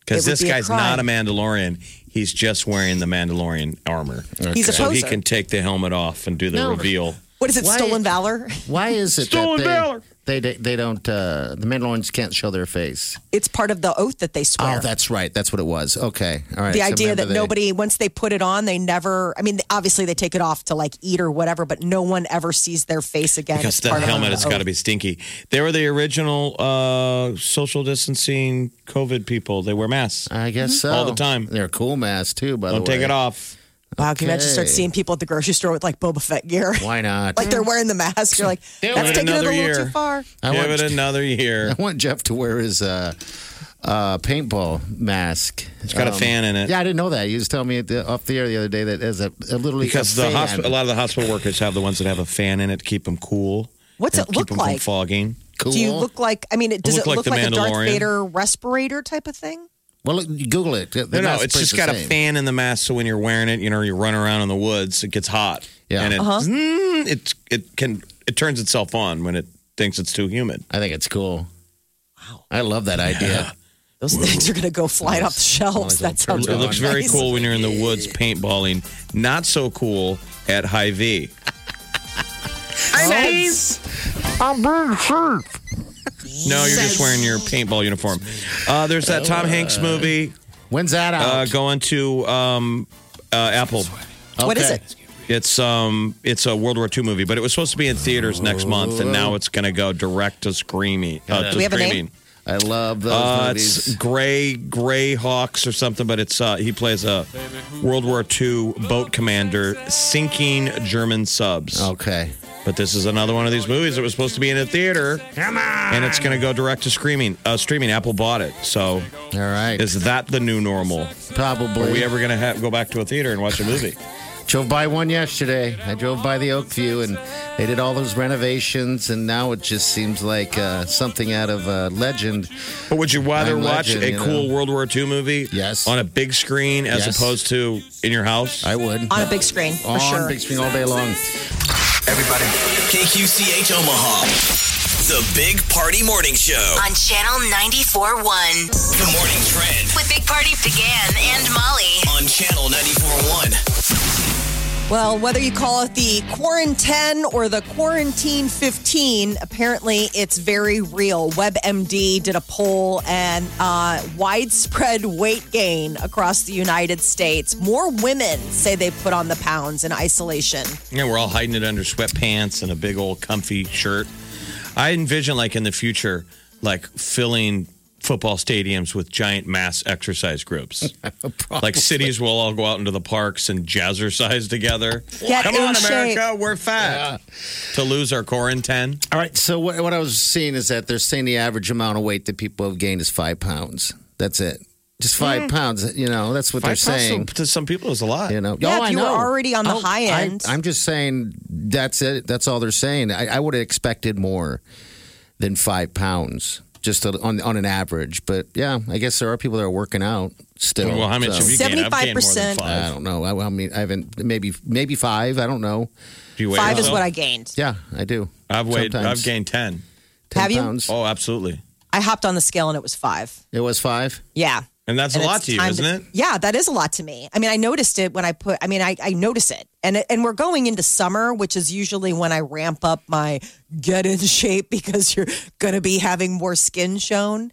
Speaker 5: because
Speaker 4: It would
Speaker 5: this
Speaker 4: be a
Speaker 5: guy's
Speaker 4: crime.
Speaker 5: not a Mandalorian. He's just wearing the Mandalorian armor.
Speaker 4: He's a
Speaker 5: so he
Speaker 4: poser.
Speaker 5: can take the helmet off and do the
Speaker 6: No.
Speaker 5: reveal.
Speaker 4: What is it?
Speaker 6: Why-
Speaker 4: Stolen valor?
Speaker 6: Why is it
Speaker 5: Stolen valor.
Speaker 6: that they, they they don't uh, the Mandalorians can't show their face?
Speaker 4: It's part of the oath that they swear.
Speaker 6: Oh, that's right. That's what it was. Okay, all right.
Speaker 4: the
Speaker 6: so
Speaker 4: idea
Speaker 6: remember
Speaker 4: that
Speaker 6: they-
Speaker 4: nobody, once they put it on, they never. I mean, obviously they take it off to like eat or whatever, but no one ever sees their face again.
Speaker 5: Because
Speaker 4: It's
Speaker 5: that
Speaker 4: part of
Speaker 5: helmet
Speaker 4: the
Speaker 5: has got to
Speaker 4: oath.
Speaker 5: be stinky. They were the original uh, social distancing COVID people. They wear masks.
Speaker 6: I guess
Speaker 4: Mm-hmm.
Speaker 6: so.
Speaker 5: All the time.
Speaker 6: They're cool masks too. By
Speaker 5: Don't
Speaker 6: the way,
Speaker 5: take it off.
Speaker 4: Wow, can you imagine start
Speaker 6: Okay.
Speaker 4: seeing people at the grocery store with like Boba Fett gear?
Speaker 6: Why not?
Speaker 4: like they're wearing the mask. You're like,
Speaker 6: Do
Speaker 4: that's
Speaker 6: it
Speaker 4: taking it a
Speaker 5: another
Speaker 4: little
Speaker 5: year.
Speaker 4: too far.
Speaker 6: I
Speaker 5: Give
Speaker 6: want-
Speaker 5: it another year.
Speaker 6: I want Jeff to wear his uh, uh, paintball mask. Um,
Speaker 5: It's got a fan in it.
Speaker 6: Yeah, I didn't know that. He was telling me at the, off the air the other day that as a, a literally
Speaker 5: Because
Speaker 6: a
Speaker 5: the
Speaker 6: fan.
Speaker 5: hosp- a lot of the hospital workers have the ones that have a fan in it to keep them cool.
Speaker 4: What's
Speaker 5: and
Speaker 4: it look
Speaker 5: keep 'em from
Speaker 4: like?
Speaker 5: fogging.
Speaker 6: cool.
Speaker 4: Do you look like? I mean, it, does
Speaker 5: Look
Speaker 4: it
Speaker 5: like
Speaker 4: look
Speaker 5: the
Speaker 4: like, a Darth
Speaker 5: Mandalorian.
Speaker 4: Vader respirator type of thing?
Speaker 6: well? Look, Google it. The
Speaker 5: No, no,
Speaker 6: mask
Speaker 5: it's
Speaker 6: plays
Speaker 5: just
Speaker 6: the
Speaker 5: got a
Speaker 6: same.
Speaker 5: fan in the mask, so when you're wearing it, you know, you run around in the woods, it gets hot.
Speaker 6: Yeah.
Speaker 5: And it,
Speaker 4: Uh-huh.
Speaker 5: mm, it, it can it turns itself on when it thinks it's too humid.
Speaker 6: I think it's cool. Wow, I love that idea.
Speaker 4: Those things are going to go flying off the shelves.
Speaker 6: Might as well
Speaker 4: That's how
Speaker 6: turn
Speaker 5: It looks very cool when you're in the woods paintballing. Not so cool at high V. No, you're just wearing your paintball uniform. Uh, there's that Tom Hanks movie
Speaker 6: When's that
Speaker 5: uh,
Speaker 6: out?
Speaker 5: going to um, uh, Apple.
Speaker 4: What is
Speaker 6: Okay.
Speaker 4: it?
Speaker 5: It's um, it's a World War II movie, but it was supposed to be in theaters next month, and now it's going to go direct to screaming. Uh, to
Speaker 4: Do we have a name?
Speaker 5: streaming.
Speaker 6: I love those
Speaker 5: Uh, it's
Speaker 6: movies.
Speaker 5: Gray Gray Hawks or something, but it's uh, he plays a World War II boat commander sinking German subs.
Speaker 6: Okay.
Speaker 5: But this is another one of these movies that was supposed to be in a theater. Come on! And it's going to go direct to streaming. Uh, streaming. Apple bought it, so
Speaker 6: All right.
Speaker 5: is that the new normal?
Speaker 6: Probably.
Speaker 5: Are we ever going to ha- go back to a theater and watch a movie?
Speaker 6: Drove by one yesterday. I drove by the Oakview, and they did all those renovations, and now it just seems like uh, something out of uh, legend.
Speaker 5: But would you rather
Speaker 6: I'm
Speaker 5: watch
Speaker 6: legend,
Speaker 5: a
Speaker 6: you
Speaker 5: cool
Speaker 6: know.
Speaker 5: World War II movie?
Speaker 6: Yes.
Speaker 5: On a big screen as
Speaker 6: Yes.
Speaker 5: opposed to in your house?
Speaker 6: I would
Speaker 4: On a big screen, for
Speaker 6: on
Speaker 4: sure.
Speaker 6: big screen all day long.
Speaker 2: Everybody. KQCH Omaha. The Big Party Morning Show.
Speaker 3: On Channel 94.1.
Speaker 2: The Morning Trend
Speaker 3: With Big Party began and Molly.
Speaker 2: on Channel 94.1.
Speaker 4: Well, whether you call it the quarantine or the quarantine 15, apparently it's very real. WebMD did a poll and uh, widespread weight gain across the United States. More women say they put on the pounds in isolation.
Speaker 5: Yeah, we're all hiding it under sweatpants and a big old comfy shirt. I envision like in the future, like filling football stadiums with giant mass exercise groups. like cities will all go out into the parks and jazzercise together.
Speaker 4: Get
Speaker 5: Come
Speaker 4: in
Speaker 5: on, America,
Speaker 4: shape.
Speaker 5: we're fat. To lose our quarantine.
Speaker 6: All right. So what, what I was seeing is that they're saying the average amount of weight that people have gained is five pounds. That's it. Just five
Speaker 4: Mm.
Speaker 6: pounds. You know, that's what
Speaker 5: Five
Speaker 6: they're
Speaker 5: pounds
Speaker 6: saying.
Speaker 5: to, to some people is a lot.
Speaker 6: You know,
Speaker 4: Yeah,
Speaker 6: oh,
Speaker 4: if
Speaker 6: I
Speaker 4: you were
Speaker 6: know.
Speaker 4: already on the
Speaker 6: Oh,
Speaker 4: high
Speaker 6: I-
Speaker 4: end.
Speaker 6: I'm just saying that's it. That's all they're saying. I, I would have expected more than five pounds, just on on an average. But yeah, I guess there are people that are working out still.
Speaker 5: Well, how much
Speaker 6: so-
Speaker 5: have you gained? I've gained more than
Speaker 4: 75%.
Speaker 5: five.
Speaker 6: I don't know. I, I mean, I haven't. Maybe maybe five. I don't know.
Speaker 5: Do you weigh
Speaker 4: Five is
Speaker 5: yourself?
Speaker 4: what I gained.
Speaker 6: Yeah, I do.
Speaker 5: I've weighed.
Speaker 6: Sometimes.
Speaker 5: I've gained ten.
Speaker 6: 10
Speaker 4: Have you?
Speaker 6: pounds.
Speaker 5: Oh, absolutely.
Speaker 4: I hopped on the scale and it was five.
Speaker 6: It was five.
Speaker 4: Yeah.
Speaker 5: And that's a
Speaker 4: And
Speaker 5: lot
Speaker 4: it's
Speaker 5: to you,
Speaker 4: time
Speaker 5: isn't it?
Speaker 4: Yeah, that is a lot to me. I mean, I noticed it when I put. I mean, I, I notice it, and it- and we're going into summer, which is usually when I ramp up my get in shape because you're going to be having more skin shown.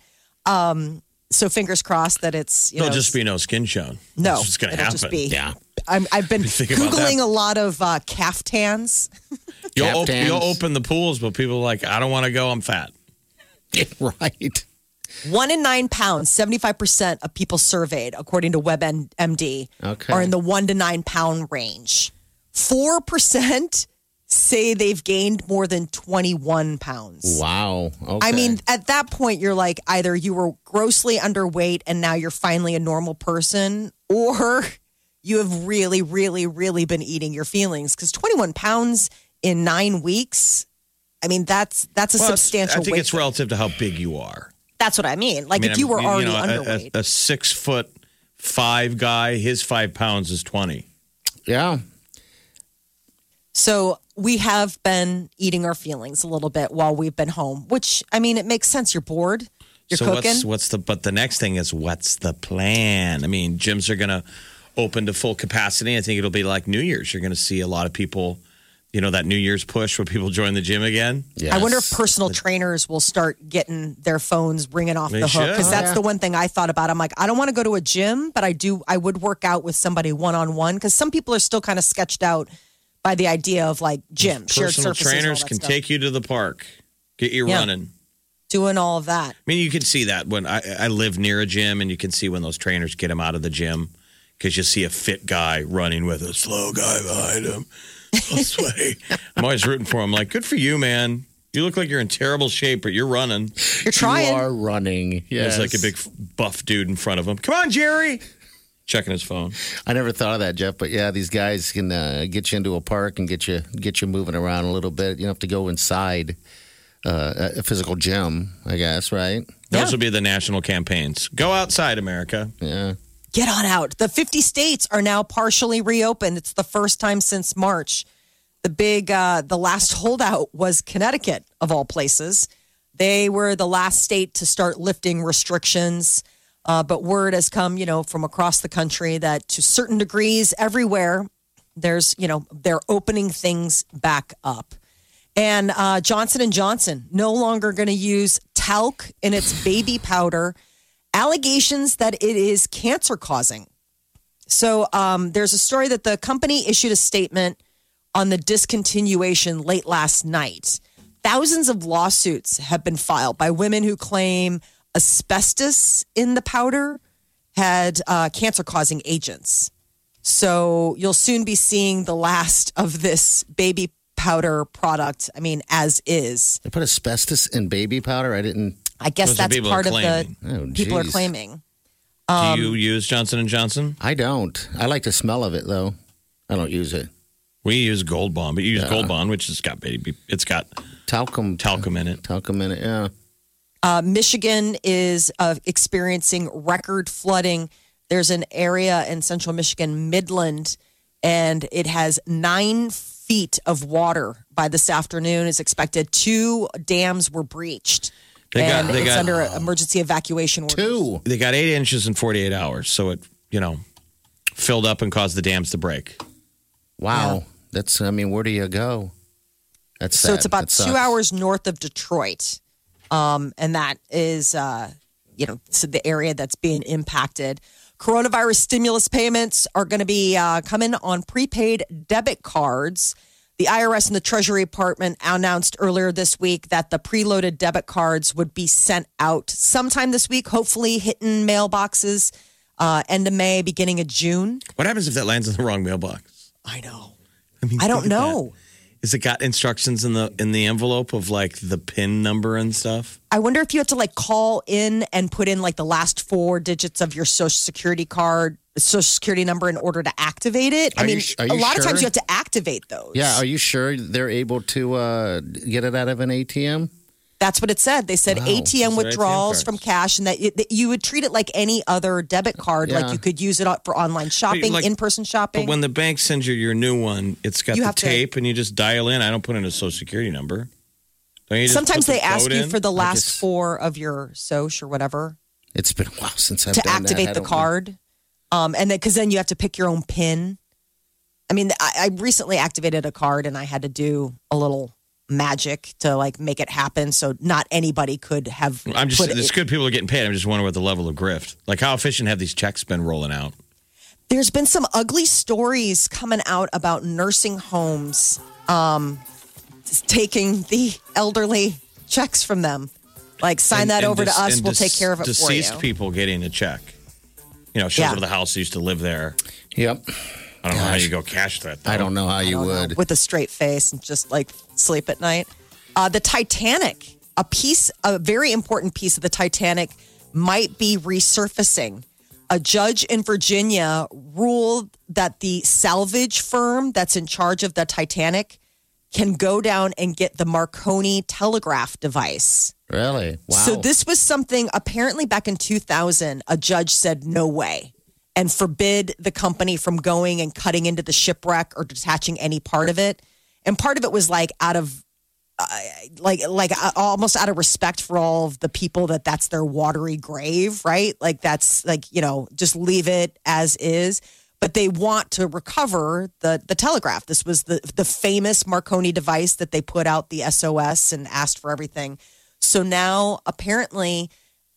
Speaker 4: Um, so fingers crossed that it's you
Speaker 5: There'll
Speaker 4: know
Speaker 5: just be no skin shown.
Speaker 4: no,
Speaker 5: That's what's going to
Speaker 4: it'll
Speaker 5: happen.
Speaker 4: Just be,
Speaker 6: Yeah.
Speaker 4: I'm, I've been
Speaker 5: Think about that.
Speaker 4: googling a lot of uh, caftans.
Speaker 5: You'll,
Speaker 6: Tap
Speaker 5: op-
Speaker 6: dance.
Speaker 5: you'll open the pools, but people are like, I don't want to go. I'm fat.
Speaker 6: right.
Speaker 4: One in nine pounds, 75% of people surveyed, according to WebMD,
Speaker 6: Okay.
Speaker 4: are in the one to nine pound range. 4% say they've gained more than 21 pounds.
Speaker 6: Wow. Okay.
Speaker 4: I mean, at that point, you're like either you were grossly underweight and now you're finally a normal person, or you have really, really, really been eating your feelings. Because 21 pounds in nine weeks, I mean, that's that's a
Speaker 5: Well, it's-
Speaker 4: substantial
Speaker 5: I think
Speaker 4: weight.
Speaker 5: it's relative to how big you are.
Speaker 4: that's what I mean. Like
Speaker 5: I mean,
Speaker 4: if you were
Speaker 5: I'm-
Speaker 4: already
Speaker 5: know, a-
Speaker 4: underweight.
Speaker 5: A, a six foot five guy, his five pounds is 20.
Speaker 6: yeah.
Speaker 4: So we have been eating our feelings a little bit while we've been home, which I mean, it makes sense. You're bored. You're
Speaker 5: so
Speaker 4: cooking.
Speaker 5: what's what's the but the next thing is what's the plan? I mean, gyms are going to open to full capacity. I think it'll be like New Year's. You're going to see a lot of people, you know, that New Year's push where people join the gym again.
Speaker 6: Yes.
Speaker 4: I wonder if personal trainers will start getting their phones ringing off
Speaker 5: They
Speaker 4: the hook
Speaker 5: should.
Speaker 4: because
Speaker 5: Oh,
Speaker 4: that's
Speaker 6: yeah.
Speaker 4: the one thing I thought about. I'm like, I don't want to go to a gym, but I do. I would work out with somebody one on one because some people are still kind of sketched out by the idea of like gym, shared
Speaker 5: Personal
Speaker 4: surfaces. and all
Speaker 5: trainers
Speaker 4: that
Speaker 5: can
Speaker 4: stuff.
Speaker 5: take you to the park, get you
Speaker 4: Yeah.
Speaker 5: running.
Speaker 4: doing all of that.
Speaker 5: I mean, you can see that when I, I live near a gym, and you can see when those trainers get him out of the gym because you see a fit guy running with a slow guy behind him. So sweaty. I'm always rooting for him. Like, good for you, man. You look like you're in terrible shape, but you're running.
Speaker 4: You're trying.
Speaker 6: You are running. Yes.
Speaker 5: There's like a big buff dude in front of him. Come on, Jerry. Checking his phone.
Speaker 6: I never thought of that, Jeff. But yeah, these guys can uh, get you into a park and get you get you moving around a little bit. You don't have to go inside uh, a physical gym, I guess. Right?
Speaker 5: Those will be the national campaigns. Go outside, America.
Speaker 6: Yeah.
Speaker 4: get on out. The 50 states are now partially reopened. It's the first time since March. The big, uh, the last holdout was Connecticut, of all places. They were the last state to start lifting restrictions. Uh, but word has come, you know, from across the country that to certain degrees everywhere, there's, you know, they're opening things back up. And uh, Johnson and Johnson no longer going to use talc in its baby powder allegations that it is cancer causing. So um, there's a story that the company issued a statement on the discontinuation late last night. Thousands of lawsuits have been filed by women who claim asbestos in the powder had uh, cancer causing agents. So you'll soon be seeing the last of this baby powder product. I mean, as is.
Speaker 6: They put asbestos in baby powder. I didn't.
Speaker 4: I guess
Speaker 5: Those are
Speaker 4: that's
Speaker 5: people
Speaker 4: part
Speaker 5: are
Speaker 4: of the
Speaker 6: claiming. Oh,
Speaker 4: people are
Speaker 6: geez.
Speaker 4: claiming. Um,
Speaker 5: Do you use Johnson and Johnson?
Speaker 6: I don't. I like the smell of it though. I don't use it.
Speaker 5: We use Gold Bond, but you use Gold Bond, which has got baby. It's got
Speaker 6: Talcum.
Speaker 5: talcum in it.
Speaker 6: Talcum in it. Yeah.
Speaker 4: Uh, Michigan is uh, experiencing record flooding. There's an area in central Michigan, Midland, and it has nine feet of water by this afternoon is expected. Two dams were breached.
Speaker 5: They got-
Speaker 4: and
Speaker 5: they
Speaker 4: it's
Speaker 5: got-
Speaker 4: under emergency evacuation orders.
Speaker 6: Two.
Speaker 5: they got eight inches in 48 hours. So it, you know, filled up and caused the dams to break.
Speaker 6: Wow. That's, I mean, where do you go? That's
Speaker 4: So it's
Speaker 6: sad.
Speaker 4: about
Speaker 6: That
Speaker 4: two
Speaker 6: sucks.
Speaker 4: hours north of Detroit. Um, and that is, uh, you know, so the area that's being impacted. Coronavirus stimulus payments are going to be uh, coming on prepaid debit cards. The IRS and the Treasury Department announced earlier this week that the preloaded debit cards would be sent out sometime this week, hopefully hitting mailboxes uh, end of May, beginning of June.
Speaker 5: What happens if that lands in the wrong mailbox?
Speaker 4: I know.
Speaker 5: I mean,
Speaker 4: I don't
Speaker 5: look at that.
Speaker 4: know.
Speaker 5: Is it got instructions in the in the envelope of like the pin number and stuff?
Speaker 4: I wonder if you have to like call in and put in like the last four digits of your social security card, social security number in order to activate it. I
Speaker 6: Are you
Speaker 4: mean,
Speaker 6: sh- are
Speaker 4: a
Speaker 6: you
Speaker 4: lot of times
Speaker 6: sure?
Speaker 4: you have to activate those.
Speaker 6: Yeah, are you sure they're able to uh, get it out of an ATM?
Speaker 4: That's what it said. They said
Speaker 6: Wow.
Speaker 4: ATM
Speaker 6: Those are ATM
Speaker 4: withdrawals
Speaker 6: cards.
Speaker 4: from cash and that, it, that you would treat it like any other debit card. Like
Speaker 5: Yeah.
Speaker 4: you could use it on- for online shopping,
Speaker 5: like-
Speaker 4: in person shopping.
Speaker 5: But when the bank sends you your new one, it's got
Speaker 4: You
Speaker 5: the
Speaker 4: have to-
Speaker 5: tape, and you just dial in. I don't put in a social security number. Don't you just
Speaker 4: Sometimes
Speaker 5: put the
Speaker 4: they ask
Speaker 5: code
Speaker 4: you
Speaker 5: in?
Speaker 4: for the
Speaker 5: I
Speaker 4: last
Speaker 5: just-
Speaker 4: four of your SOCH or whatever
Speaker 6: It's been a while since I've
Speaker 4: to
Speaker 6: done that. I
Speaker 4: activate the
Speaker 6: don't-
Speaker 4: card. Um, and then, because then you have to pick your own PIN. I mean, I, I recently activated a card and I had to do a little magic to like make it happen. So not anybody could have.
Speaker 5: I'm just.
Speaker 4: put
Speaker 5: It's
Speaker 4: it-
Speaker 5: good people are getting paid. I'm just wondering what the level of grift. Like how efficient have these checks been rolling out?
Speaker 4: There's been some ugly stories coming out about nursing homes um, s- taking the elderly checks from them. Like, sign
Speaker 5: And-
Speaker 4: that
Speaker 5: and
Speaker 4: over
Speaker 5: dece-
Speaker 4: to us.
Speaker 5: and
Speaker 4: We'll
Speaker 5: dece-
Speaker 4: take care of it for you.
Speaker 5: Deceased people getting a check. You know, shows
Speaker 4: Yeah.
Speaker 5: up at the house used to live there.
Speaker 6: Yep.
Speaker 5: I don't know how you go cash that. Though.
Speaker 6: I don't know how you would.
Speaker 4: with a straight face and just like sleep at night. Uh, the Titanic, a piece, a very important piece of the Titanic, might be resurfacing. A judge in Virginia ruled that the salvage firm that's in charge of the Titanic can go down and get the Marconi telegraph device.
Speaker 6: Really? Wow.
Speaker 4: So this was something apparently back in 2000, a judge said no way and forbid the company from going and cutting into the shipwreck or detaching any part of it. And part of it was like out of uh, like like uh, almost out of respect for all of the people that that's their watery grave, right? Like that's like, you know, just leave it as is. But they want to recover the the telegraph. This was the the famous Marconi device that they put out the SOS and asked for everything. So now apparently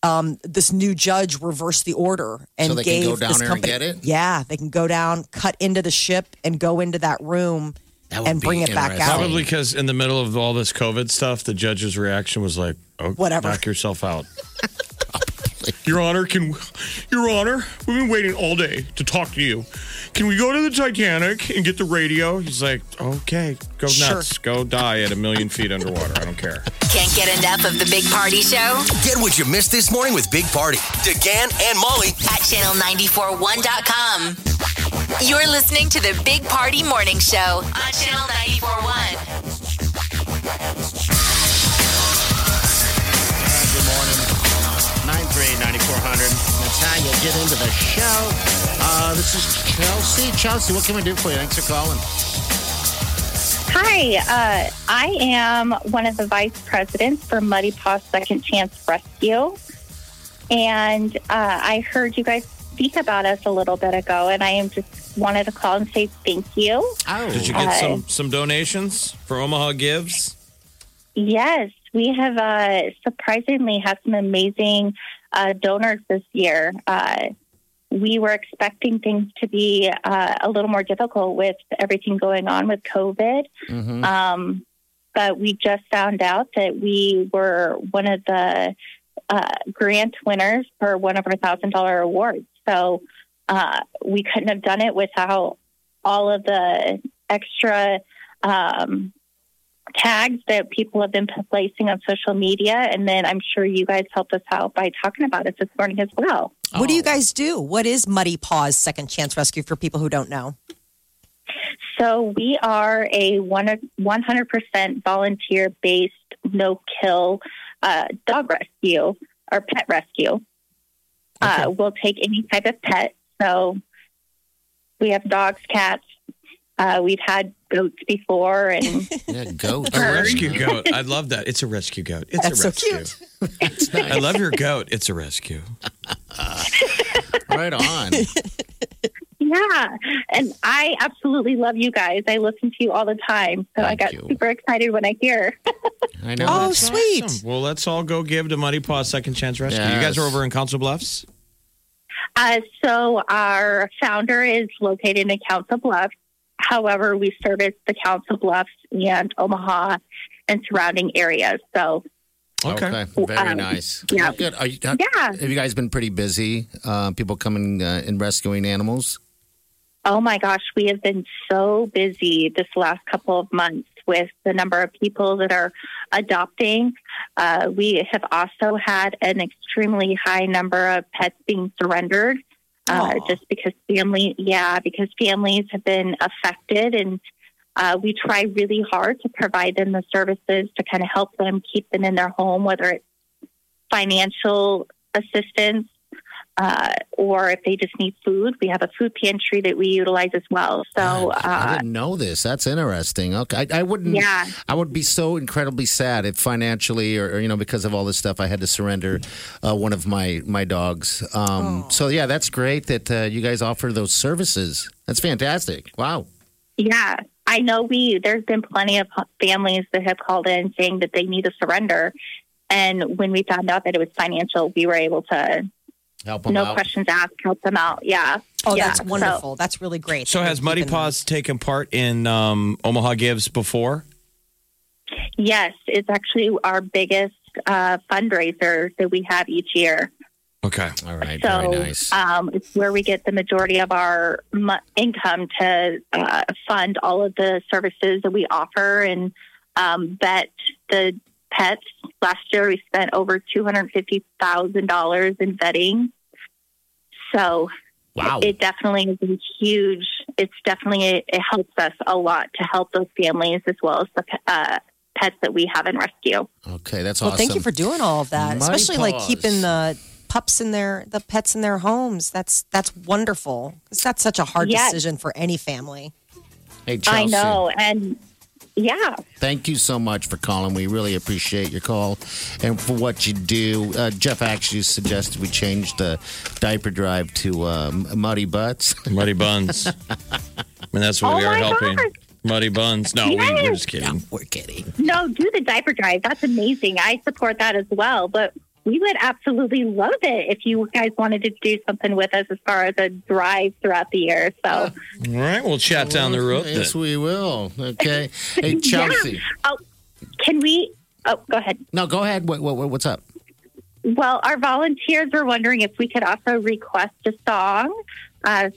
Speaker 4: um, this new judge reversed the order and
Speaker 6: So they can
Speaker 4: gave
Speaker 6: go down
Speaker 4: this
Speaker 6: there and
Speaker 4: company,
Speaker 6: get it?
Speaker 4: Yeah, they can go down, cut into the ship, and go into that room
Speaker 6: That would
Speaker 4: and
Speaker 6: be
Speaker 4: bring it back out.
Speaker 5: Probably because in the middle of all this COVID stuff, the judge's reaction was like, oh,
Speaker 4: Whatever.
Speaker 5: knock yourself out." Your Honor, can Your Honor, we've been waiting all day to talk to you. Can we go to the Titanic and get the radio? He's like, "Okay, go
Speaker 3: Sure.
Speaker 5: nuts, go die at a million feet underwater. I don't care."
Speaker 3: Can't get enough of the Big Party Show
Speaker 2: Get what you missed this morning with Big Party. DeGan and Molly
Speaker 3: at channel941.com. You're listening to the Big Party Morning Show on channel 941.
Speaker 6: Good morning. 938-9400. That's how you get into the show. Uh, this is Chelsea. Chelsea, what can we do for you? Thanks for calling.
Speaker 11: Hi, uh, I am one of the vice presidents for Muddy Paw Second Chance Rescue. And uh, I heard you guys speak about us a little bit ago, and I am just wanted to call and say thank you.
Speaker 6: Oh,
Speaker 5: Did you get some some donations for Omaha Gives?
Speaker 11: Yes, we have uh, surprisingly have some amazing uh, donors this year. Uh, we were expecting things to be uh, a little more difficult with everything going on with COVID.
Speaker 12: Mhm.
Speaker 11: Um, but we just found out that we were one of the uh, grant winners for one of our thousand dollar awards. So uh, we couldn't have done it without all of the extra um, tags that people have been placing on social media. And then I'm sure you guys helped us out by talking about it this morning as well.
Speaker 4: What do you guys do? What is Muddy Paws Second Chance Rescue for people who don't know?
Speaker 11: So we are a one- 100% volunteer based, no kill uh, dog rescue or pet rescue. Uh, we'll take any type of pet. So we have dogs, cats. Uh, we've had goats before, and
Speaker 6: Yeah, goat.
Speaker 5: A rescue goat. I love that. It's a rescue goat. It's
Speaker 11: That's
Speaker 5: a
Speaker 11: so
Speaker 5: rescue. I love your goat. It's a rescue.
Speaker 6: right on.
Speaker 11: Yeah. And I absolutely love you guys. I listen to you all the time. So I got super excited when I hear.
Speaker 5: I know.
Speaker 11: Oh,
Speaker 5: That's
Speaker 11: sweet.
Speaker 5: awesome. Well, let's all go give to Muddy Paw Second Chance Rescue. You guys
Speaker 6: Yes.
Speaker 5: are over in Council Bluffs.
Speaker 11: Uh, so our founder is located in Council Bluffs. However, we service the Council Bluffs and Omaha and surrounding areas. So Oh,
Speaker 6: Okay. Very nice.
Speaker 11: um, yeah.
Speaker 6: Good. Are you, yeah. Have you guys been pretty busy? Uh, people coming uh, and rescuing animals?
Speaker 11: Oh my gosh, we have been so busy this last couple of months with the number of people that are adopting. Uh, we have also had an extremely high number of pets being surrendered. Uh, just because family, yeah, because families have been affected, and uh, we try really hard to provide them the services to kind of help them keep them in their home, whether it's financial assistance uh, or if they just need food, we have a food pantry that we utilize as well. So,
Speaker 6: I
Speaker 11: uh,
Speaker 6: didn't know this. That's interesting. Okay, I, I wouldn't.
Speaker 4: Mm.
Speaker 11: Yeah.
Speaker 6: I would be so incredibly sad if financially, or, or, you know, because of all this stuff, I had to surrender uh, one of my my dogs.
Speaker 11: Oh.
Speaker 6: Um, So yeah, that's great that uh, you guys offer those services. That's fantastic. Wow.
Speaker 11: yeah, I know we there's been plenty of families that have called in saying that they need to surrender, and when we found out that it was financial, we were able to
Speaker 6: help
Speaker 11: no questions asked, help them out. Yeah.
Speaker 4: Oh,
Speaker 11: Yeah.
Speaker 4: that's
Speaker 11: So-
Speaker 4: wonderful. that's really great.
Speaker 5: So has Muddy Paws taken part in um, Omaha Gives before?
Speaker 11: yes, it's actually our biggest uh, fundraiser that we have each year.
Speaker 5: Okay.
Speaker 6: All right.
Speaker 11: So um, it's where we get the majority of our mo- income to uh, fund all of the services that we offer and um, vet the pets. Last year, we spent over two hundred fifty thousand dollars in vetting. So,
Speaker 6: Wow.
Speaker 11: it definitely is a huge. It's definitely it, it helps us a lot to help those families as well as the pe- uh, pets that we have in rescue.
Speaker 6: Okay, that's
Speaker 4: Well,
Speaker 6: awesome.
Speaker 4: thank you for doing all of that,
Speaker 6: Muddy
Speaker 4: especially like
Speaker 6: Paws.
Speaker 4: keeping the pups in their the pets in their homes. That's that's wonderful. 'Cause That's such a hard
Speaker 11: Yes.
Speaker 4: decision for any family.
Speaker 6: Hey, Chelsea.
Speaker 11: I know, and yeah.
Speaker 6: Thank you so much for calling. We really appreciate your call and for what you do. Uh, Jeff actually suggested we change the diaper drive to um, Muddy Butts.
Speaker 5: Muddy Buns. I mean, that's what
Speaker 11: Oh
Speaker 5: we are
Speaker 11: my
Speaker 5: helping.
Speaker 11: gosh.
Speaker 5: Muddy Buns. No, we, we're just kidding.
Speaker 6: we're kidding.
Speaker 11: No, do the diaper drive. That's amazing. I support that as well. But we would absolutely love it if you guys wanted to do something with us as far as a drive throughout the year. So,
Speaker 5: All right, we'll chat down the road.
Speaker 6: Yes,
Speaker 5: then.
Speaker 6: we will. Okay. Hey,
Speaker 11: Yeah.
Speaker 6: Chelsea.
Speaker 11: Oh, can we? Oh, go ahead.
Speaker 6: No, go ahead. What, what, what's up?
Speaker 11: Well, our volunteers were wondering if we could also request a song, uh,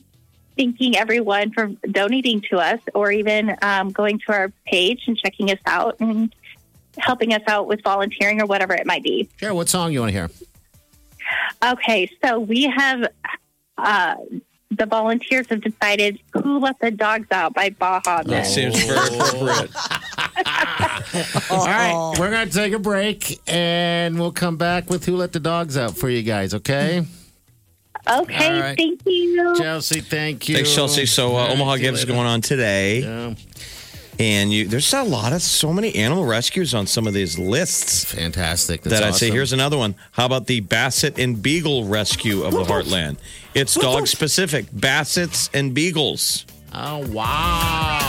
Speaker 11: thanking everyone for donating to us or even um, going to our page and checking us out and helping us out with volunteering or whatever it might be.
Speaker 6: Sure, what song you want to hear?
Speaker 11: Okay, so we have uh, the volunteers have decided "Who Let the Dogs Out" by Baja Men.
Speaker 5: That seems very appropriate.
Speaker 6: All right, we're going to take a break and we'll come back with Who Let the Dogs Out for you guys, okay?
Speaker 11: Okay,
Speaker 6: All right.
Speaker 11: thank you.
Speaker 6: Chelsea, thank you.
Speaker 5: Thanks, Chelsea. So
Speaker 6: All
Speaker 5: uh,
Speaker 6: right,
Speaker 5: Omaha
Speaker 6: see you
Speaker 5: Gives is
Speaker 6: later.
Speaker 5: going on today.
Speaker 6: Yeah.
Speaker 5: And you, there's a lot of so many animal rescues on some of these lists.
Speaker 6: Fantastic.
Speaker 5: that I'd say
Speaker 6: awesome.
Speaker 5: here's another one. How about the Basset and Beagle Rescue of the Heartland? It's dog specific. Bassets and Beagles.
Speaker 6: Oh, wow.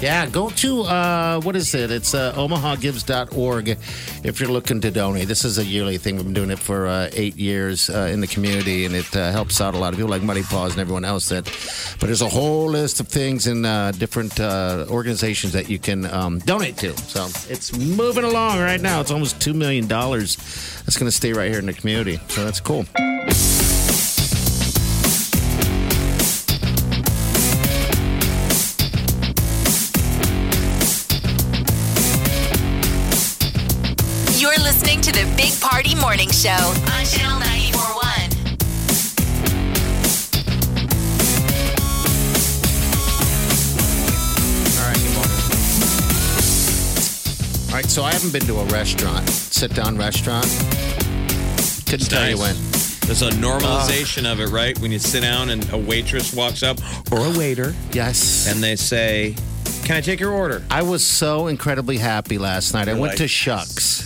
Speaker 6: Yeah, go to, uh, what is it? It's uh, omahagives.org if you're looking to donate. This is a yearly thing. We've been doing it for uh, eight years uh, in the community, and it uh, helps out a lot of people like Muddy Paws and everyone else. That, But there's a whole list of things and uh, different uh, organizations that you can um, donate to. So it's moving along right now. It's almost $2 million. That's going to stay right here in the community. So that's cool.
Speaker 3: You're listening to the Big Party Morning Show on Channel 941.
Speaker 6: All right, good morning. All right, so I haven't been to a restaurant, sit down restaurant. Couldn't tell you when.
Speaker 5: There's a
Speaker 6: Ah.
Speaker 5: normalization of it, right? When you sit down and a waitress walks up or a waiter
Speaker 6: Yes.
Speaker 5: and they say, Can I take your order?
Speaker 6: I was so incredibly happy last night. I
Speaker 5: You're
Speaker 6: went
Speaker 5: like,
Speaker 6: to Shucks.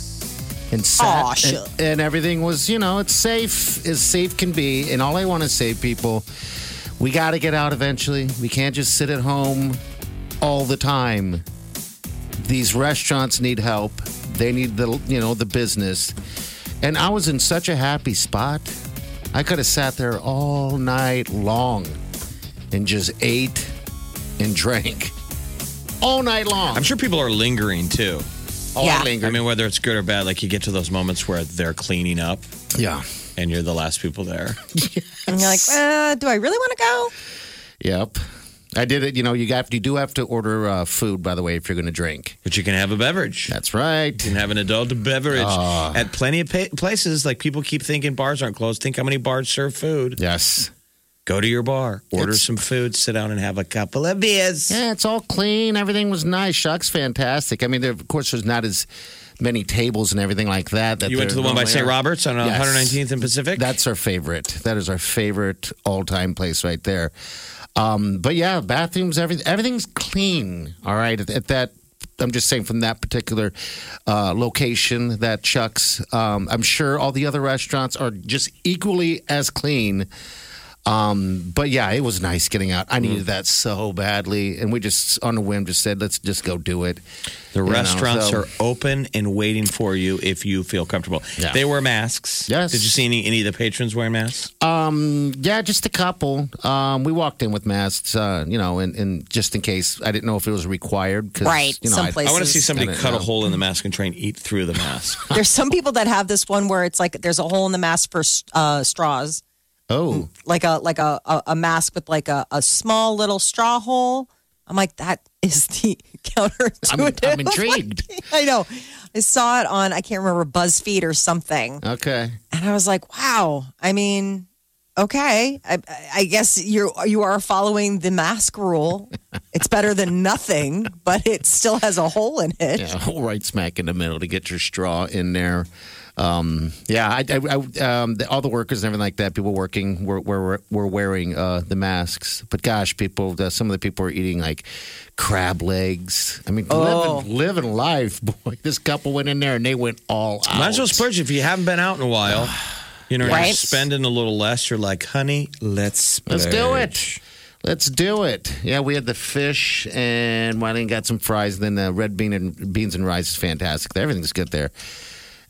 Speaker 6: And sat,
Speaker 4: Aw,
Speaker 6: and,
Speaker 4: Shucks.
Speaker 6: and everything was, you know, it's safe as safe can be. And all I want to say, people, We got to get out eventually. We can't just sit at home all the time. These restaurants need help. They need the you know the business. And I was in such a happy spot. I could have sat there all night long and just ate and drank all night long.
Speaker 5: I'm sure people are lingering too.
Speaker 6: Oh, I Yeah. linger.
Speaker 5: I mean, whether it's good or bad, like you get to those moments where they're cleaning up.
Speaker 6: Yeah.
Speaker 5: And you're the last people there.
Speaker 4: And you're like, uh, do I really want to go?
Speaker 6: Yep. I did it. You know, you got you do have to order uh, food, by the way, if you're going to drink.
Speaker 5: But you can have a beverage.
Speaker 6: That's right. You
Speaker 5: can have an adult beverage
Speaker 6: Ah.
Speaker 5: at plenty of pa- places. Like people keep thinking bars aren't closed. Think how many bars serve food.
Speaker 6: Yes.
Speaker 5: Go to your bar, order some food, sit down and have a couple of beers.
Speaker 6: Yeah, it's all clean. Everything was nice. Shucks, fantastic. I mean, there, of course, there's not as many tables and everything like that. that
Speaker 5: You went to
Speaker 6: there
Speaker 5: the one by
Speaker 6: normally
Speaker 5: St.
Speaker 6: are.
Speaker 5: Roberts on uh,
Speaker 6: Yes.
Speaker 5: 119th and Pacific.
Speaker 6: That's our favorite. That is our favorite all time place right there. Um, but yeah, bathrooms, everything, everything's clean. All right, at, at that. I'm just saying from that particular uh, location that Chuck's. Um, I'm sure all the other restaurants are just equally as clean. Um, but yeah, it was nice getting out. I needed that so badly, and we just on a whim just said, let's just go do it.
Speaker 5: The
Speaker 6: You know,
Speaker 5: restaurants
Speaker 6: so-
Speaker 5: are open and waiting for you if you feel comfortable.
Speaker 6: Yeah.
Speaker 5: They wear masks.
Speaker 6: Yes.
Speaker 5: Did you see any, any of the patrons wear masks?
Speaker 6: Um, yeah, just a couple. Um, we walked in with masks, uh, you know, and, and just in case, I didn't know if it was required. 'cause, You know, I-
Speaker 5: I want to see somebody cut a hole in the mask and try and eat through the mask.
Speaker 4: There's some people that have this one where it's like there's a hole in the mask for uh, straws,
Speaker 6: Oh,
Speaker 4: like a like a, a, a mask with like a, a small little straw hole. I'm like, that is the counterintuitive.
Speaker 6: I'm intrigued.
Speaker 4: I know. I saw it on I can't remember BuzzFeed or something,
Speaker 6: Okay.
Speaker 4: and I was like, wow. I mean, okay. I, I guess you you are following the mask rule. It's better than nothing, but it still has a hole in it.
Speaker 6: Yeah, hole right smack in the middle to get your straw in there. Um, yeah, I, I, I, um, the, all the workers and everything like that, people working were, were, were wearing uh, the masks. But gosh, people, the, some of the people were eating like crab legs. I mean,
Speaker 5: Oh.
Speaker 6: living, living life, boy. This couple went in there and they went all out.
Speaker 5: Might as well splurge if you haven't been out in a while. You know,
Speaker 6: Right.
Speaker 5: you're spending a little less. You're like, honey, let's splurge.
Speaker 6: Let's do it. Let's do it. Yeah, we had the fish and Wyleen got some fries. And then the red bean and beans and rice is fantastic. Everything's good there.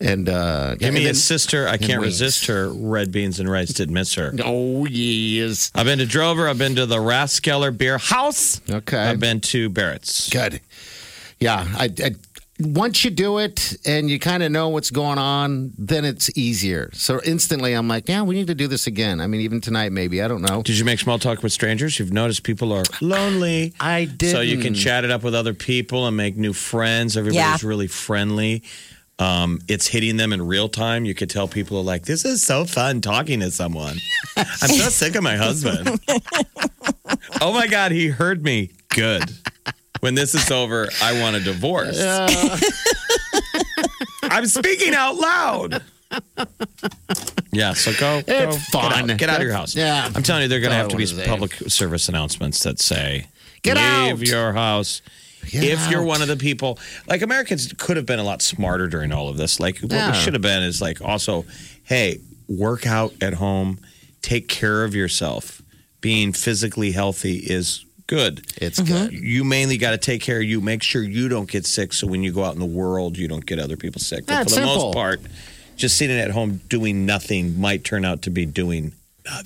Speaker 6: And uh,
Speaker 5: Give
Speaker 6: and
Speaker 5: me
Speaker 6: then-
Speaker 5: a sister. I
Speaker 6: and
Speaker 5: can't
Speaker 6: wings.
Speaker 5: resist her. Red beans and rice did miss her.
Speaker 6: Oh yes.
Speaker 5: I've been to Drover. I've been to the Raskeller Beer House.
Speaker 6: Okay.
Speaker 5: I've been to Barrett's.
Speaker 6: Good. Yeah, I, I once you do it and you kind of know what's going on, then it's easier. So instantly, I'm like, yeah, we need to do this again. I mean, even tonight, maybe I don't know.
Speaker 5: Did you make small talk with strangers? You've noticed people are lonely.
Speaker 6: I did.
Speaker 5: So you can chat it up with other people and make new friends. Everybody's
Speaker 6: Yeah.
Speaker 5: really friendly. Um, it's hitting them in real time. You could tell people are like, "This is so fun talking to someone." I'm so sick of my husband. oh my god, he heard me. Good. When this is over, I want a divorce. I'm speaking out loud. Yeah, so go. go,
Speaker 6: It's
Speaker 5: get out-
Speaker 6: fun.
Speaker 5: Get out, of your house.
Speaker 6: That's- yeah.
Speaker 5: I'm telling you, they're going to
Speaker 6: That's
Speaker 5: have to
Speaker 6: all I
Speaker 5: be
Speaker 6: wanted to say.
Speaker 5: public service announcements that say,
Speaker 6: Get out."
Speaker 5: leave your house.
Speaker 6: Get
Speaker 5: if you're
Speaker 6: out.
Speaker 5: one of the people, like Americans could have been a lot smarter during all of this. Like what
Speaker 6: Yeah.
Speaker 5: we should have been is like also, hey, work out at home, take care of yourself. Being physically healthy is good.
Speaker 6: It's good.
Speaker 5: You mainly got to take care of you. Make sure you don't get sick. So when you go out in the world, you don't get other people sick.
Speaker 6: Yeah,
Speaker 5: But
Speaker 6: it's
Speaker 5: for the
Speaker 6: simple.
Speaker 5: most part, just sitting at home doing nothing might turn out to be doing.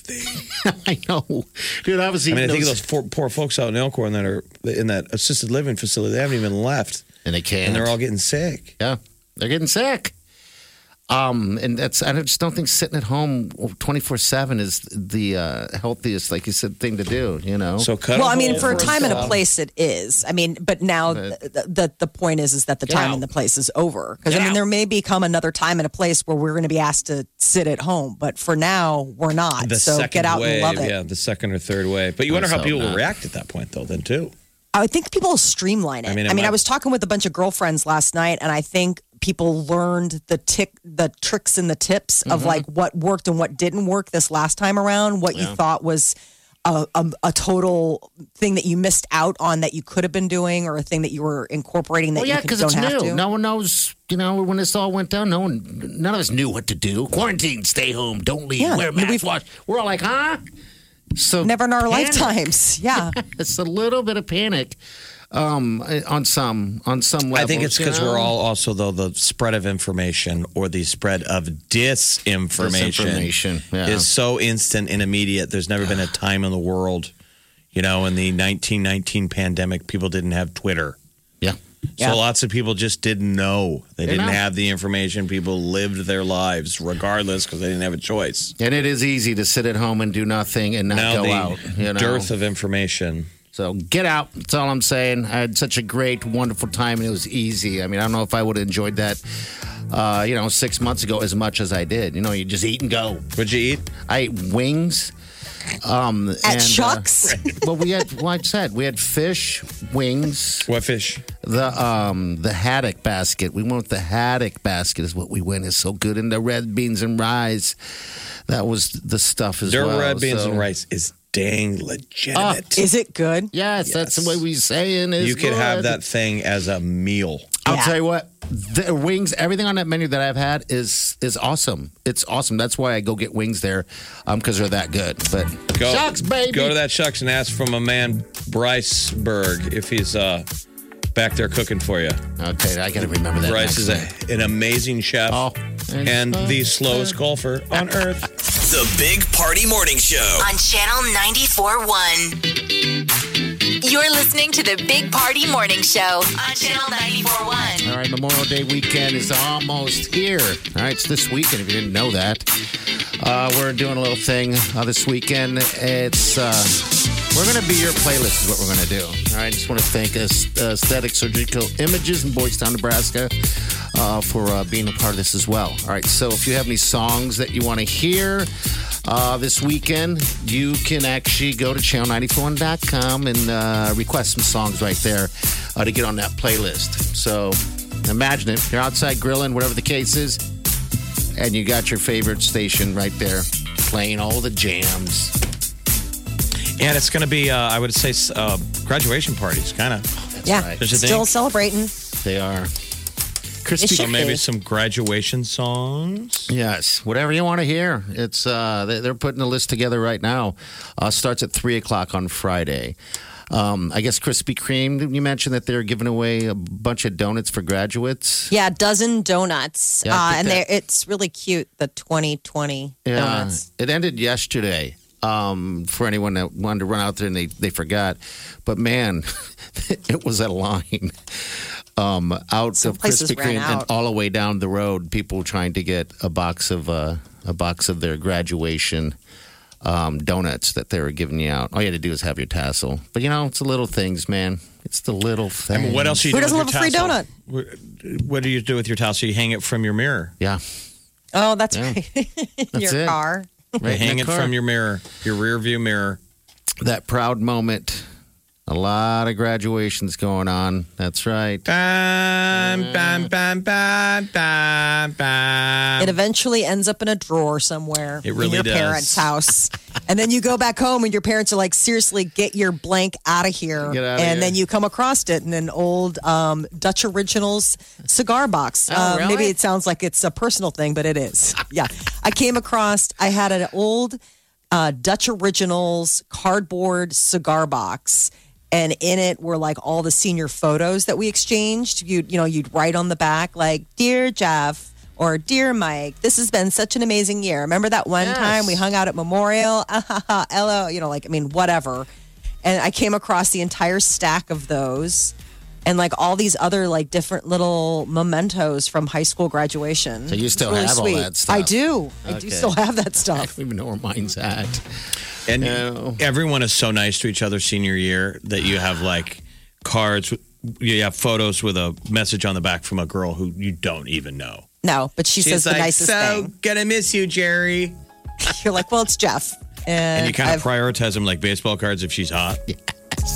Speaker 6: I know, dude. I was
Speaker 5: I
Speaker 6: eating
Speaker 5: mean, I think of
Speaker 6: those-
Speaker 5: those four, poor folks out in Elkhorn that are in that assisted living facility. They haven't even left,
Speaker 6: and they can't.
Speaker 5: and they're all getting sick.
Speaker 6: Yeah, they're getting sick. Um, and that's I just don't think sitting at home twenty four seven is the uh, healthiest, like you said, thing to do. You know.
Speaker 5: So cut.
Speaker 4: Well, I mean, for a time and a place, it is. I mean, but now th- th- the the point is is that the
Speaker 6: Get
Speaker 4: time
Speaker 6: out.
Speaker 4: and the place is over. Because I mean, there may become another time and a place where we're going to be asked to sit at home, but for now, we're not.
Speaker 5: The
Speaker 4: so
Speaker 5: second
Speaker 4: get out and
Speaker 5: wave,
Speaker 4: love it.
Speaker 5: yeah, the second or third wave. But you
Speaker 6: I
Speaker 5: wonder how
Speaker 6: hope
Speaker 5: people will
Speaker 6: not.
Speaker 5: react at that point, though. Then too.
Speaker 4: I think people will streamline it. I
Speaker 5: I
Speaker 4: mean, I,
Speaker 5: mean, it might-
Speaker 4: was talking with a bunch of girlfriends last night, and I think people learned the tick, the tricks and the tips
Speaker 5: Mm-hmm.
Speaker 4: of like what worked and what didn't work this last time around. What you thought was a, a, a total thing that you missed out on that you could have been doing, or a thing that you were incorporating that
Speaker 6: Well, yeah,
Speaker 4: you could, don't
Speaker 6: because it's
Speaker 4: have
Speaker 6: new.
Speaker 4: to.
Speaker 6: No one knows. You know, when this all went down, no one, none of us knew what to do. Quarantine, stay home, don't leave,
Speaker 4: Yeah,
Speaker 6: wear
Speaker 4: I mean,
Speaker 6: masks, wash. We're all like, huh? So
Speaker 4: never in our
Speaker 6: panic.
Speaker 4: lifetimes. Yeah.
Speaker 6: it's a little bit of panic um, on some on some levels.
Speaker 5: I think it's
Speaker 6: you
Speaker 5: because
Speaker 6: know?
Speaker 5: we're all also though the spread of information or the spread of disinformation,
Speaker 6: Disinformation, yeah.
Speaker 5: is so instant and immediate. There's never been a time in the world, you know, in the 1919 pandemic, people didn't have Twitter.
Speaker 6: Yeah.
Speaker 5: So
Speaker 6: Yeah.
Speaker 5: lots of people just didn't know. They
Speaker 6: They
Speaker 5: didn't
Speaker 6: know.
Speaker 5: have the information. People lived their lives regardless because they didn't have a choice.
Speaker 6: And it is easy to sit at home and do nothing and not
Speaker 5: Now
Speaker 6: go
Speaker 5: the
Speaker 6: out. You know?
Speaker 5: dearth of information.
Speaker 6: So get out. That's all I'm saying. I had such a great, wonderful time, and it was easy. I mean, I don't know if I would have enjoyed that, uh, you know, six months ago as much as I did. You know, you just eat and go.
Speaker 5: What'd you eat?
Speaker 6: I ate wings. Um, at
Speaker 5: uh,
Speaker 4: Shucks?
Speaker 6: well, we had, well, I said we had fish wings.
Speaker 5: What fish?
Speaker 6: The um the haddock basket. We went with the haddock basket. Is what we went. It's so good. And the red beans and rice. That was the stuff as
Speaker 5: Their
Speaker 6: well.
Speaker 5: red beans
Speaker 6: so- Ah,
Speaker 5: and rice is dang legitimate.
Speaker 4: Is it good?
Speaker 6: Yes, that's the way we saying it.
Speaker 5: you could have
Speaker 6: good.
Speaker 5: that thing as a meal.
Speaker 6: I'll
Speaker 4: Yeah.
Speaker 6: tell you what, the wings, everything on that menu that I've had is is awesome. It's awesome. That's why I go get wings there, um, because they're that good. But
Speaker 5: Go,
Speaker 6: shucks, baby.
Speaker 5: Go to that shucks and ask from a man Bryce Berg if he's uh, back there cooking for you.
Speaker 6: Okay, I gotta remember that. next
Speaker 5: Bryce is
Speaker 6: time.
Speaker 5: a, an amazing chef and the slowest golfer on earth.
Speaker 2: The Big Party Morning Show.
Speaker 3: on Channel 94.1. You're listening to the Big Party Morning Show on Channel 94.1.
Speaker 6: All right, Memorial Day weekend is almost here. All right, it's this weekend. If you didn't know that, uh, we're doing a little thing uh, this weekend. It's uh, we're gonna be your playlist is what we're gonna do. All right, just want to thank Aes- Aesthetic Surgical Images in Boystown, Nebraska, uh, for uh, being a part of this as well. All right, so if you have any songs that you want to hear. Uh, this weekend, you can actually go to channel941.com and uh, request some songs right there uh, to get on that playlist. So imagine it. You're outside grilling, whatever the case is, and you got your favorite station right there playing all the jams.
Speaker 5: And it's going to be, uh, I would say, uh, graduation parties, kind of.
Speaker 4: yeah.
Speaker 5: right. There's a
Speaker 4: Still
Speaker 5: thing.
Speaker 4: celebrating.
Speaker 6: They are.
Speaker 4: It
Speaker 5: So
Speaker 4: should
Speaker 5: maybe
Speaker 4: be.
Speaker 5: some graduation songs.
Speaker 6: Yes, whatever you want to hear. It's uh, they- they're putting a list together right now. Uh, starts at three o'clock on Friday. Um, I guess Krispy Kreme. You mentioned that they're giving away a bunch of donuts for graduates.
Speaker 4: Yeah, dozen donuts.
Speaker 6: Yeah, I
Speaker 4: uh,
Speaker 6: think
Speaker 4: and they
Speaker 6: that-
Speaker 4: it's really cute, the 2020 donuts.
Speaker 6: It ended yesterday. Um, for anyone that wanted to run out there and they, they forgot, but man, it was a line um, out
Speaker 4: Some
Speaker 6: of
Speaker 4: places
Speaker 6: Krispy
Speaker 4: ran
Speaker 6: Kreme and
Speaker 4: out.
Speaker 6: all the way down the road. People trying to get a box of uh, a box of their graduation um, donuts that they were giving you out. All you had to do is have your tassel. But you know, it's the little things, man. It's the little
Speaker 5: I
Speaker 6: things.
Speaker 5: mean, what else do you
Speaker 4: Who
Speaker 5: do with
Speaker 4: doesn't
Speaker 5: your
Speaker 4: love a free
Speaker 5: tassel? Wh- What do you do with your tassel? You hang it from your mirror.
Speaker 6: Yeah,
Speaker 4: Oh, that's
Speaker 6: Yeah.
Speaker 4: right.
Speaker 6: That's
Speaker 4: Your
Speaker 6: it.
Speaker 4: car.
Speaker 5: You
Speaker 6: right in
Speaker 5: hang
Speaker 6: the
Speaker 5: it
Speaker 6: car.
Speaker 5: from your mirror, your rear view mirror.
Speaker 6: that proud moment. A lot of graduations going on. That's right.
Speaker 5: Bam, bam, bam, bam, bam, bam.
Speaker 6: Um,
Speaker 4: It eventually ends up in a drawer somewhere
Speaker 5: It really
Speaker 4: in your
Speaker 5: does.
Speaker 4: parents' house. and then you go back home and your parents are like, seriously, get your blank out of here.
Speaker 6: Get outta
Speaker 4: and
Speaker 6: here.
Speaker 4: then you come across it in an old um, Dutch Originals cigar box.
Speaker 6: Oh,
Speaker 4: Um, Maybe
Speaker 6: really?
Speaker 4: it sounds like it's a personal thing, but it is. Yeah. I came across, I had an old uh, Dutch Originals cardboard cigar box. And in it were like all the senior photos that we exchanged. You you know you'd write on the back like "Dear Jeff" or "Dear Mike, this has been such an amazing year. Remember that one
Speaker 6: Yes.
Speaker 4: time we hung out at Memorial? Hello, you know like I mean whatever." And I came across the entire stack of those, and like all these other like different little mementos from high school graduation.
Speaker 6: So you
Speaker 4: It's
Speaker 6: still
Speaker 4: really
Speaker 6: have all
Speaker 4: sweet.
Speaker 6: that stuff.
Speaker 4: I do. I do
Speaker 6: Okay.
Speaker 4: still have that stuff.
Speaker 6: don't even know where mine's at.
Speaker 5: And
Speaker 6: No.
Speaker 5: everyone is so nice to each other senior year that you have like cards, you have photos with a message on the back from a girl who you don't even know.
Speaker 4: No, but she says the nicest
Speaker 5: so
Speaker 4: thing.
Speaker 5: gonna miss you, Jerry.
Speaker 4: You're like, well, it's Jeff.
Speaker 5: And
Speaker 4: And,
Speaker 5: you kind
Speaker 4: I've-
Speaker 5: of prioritize them like baseball cards if she's hot.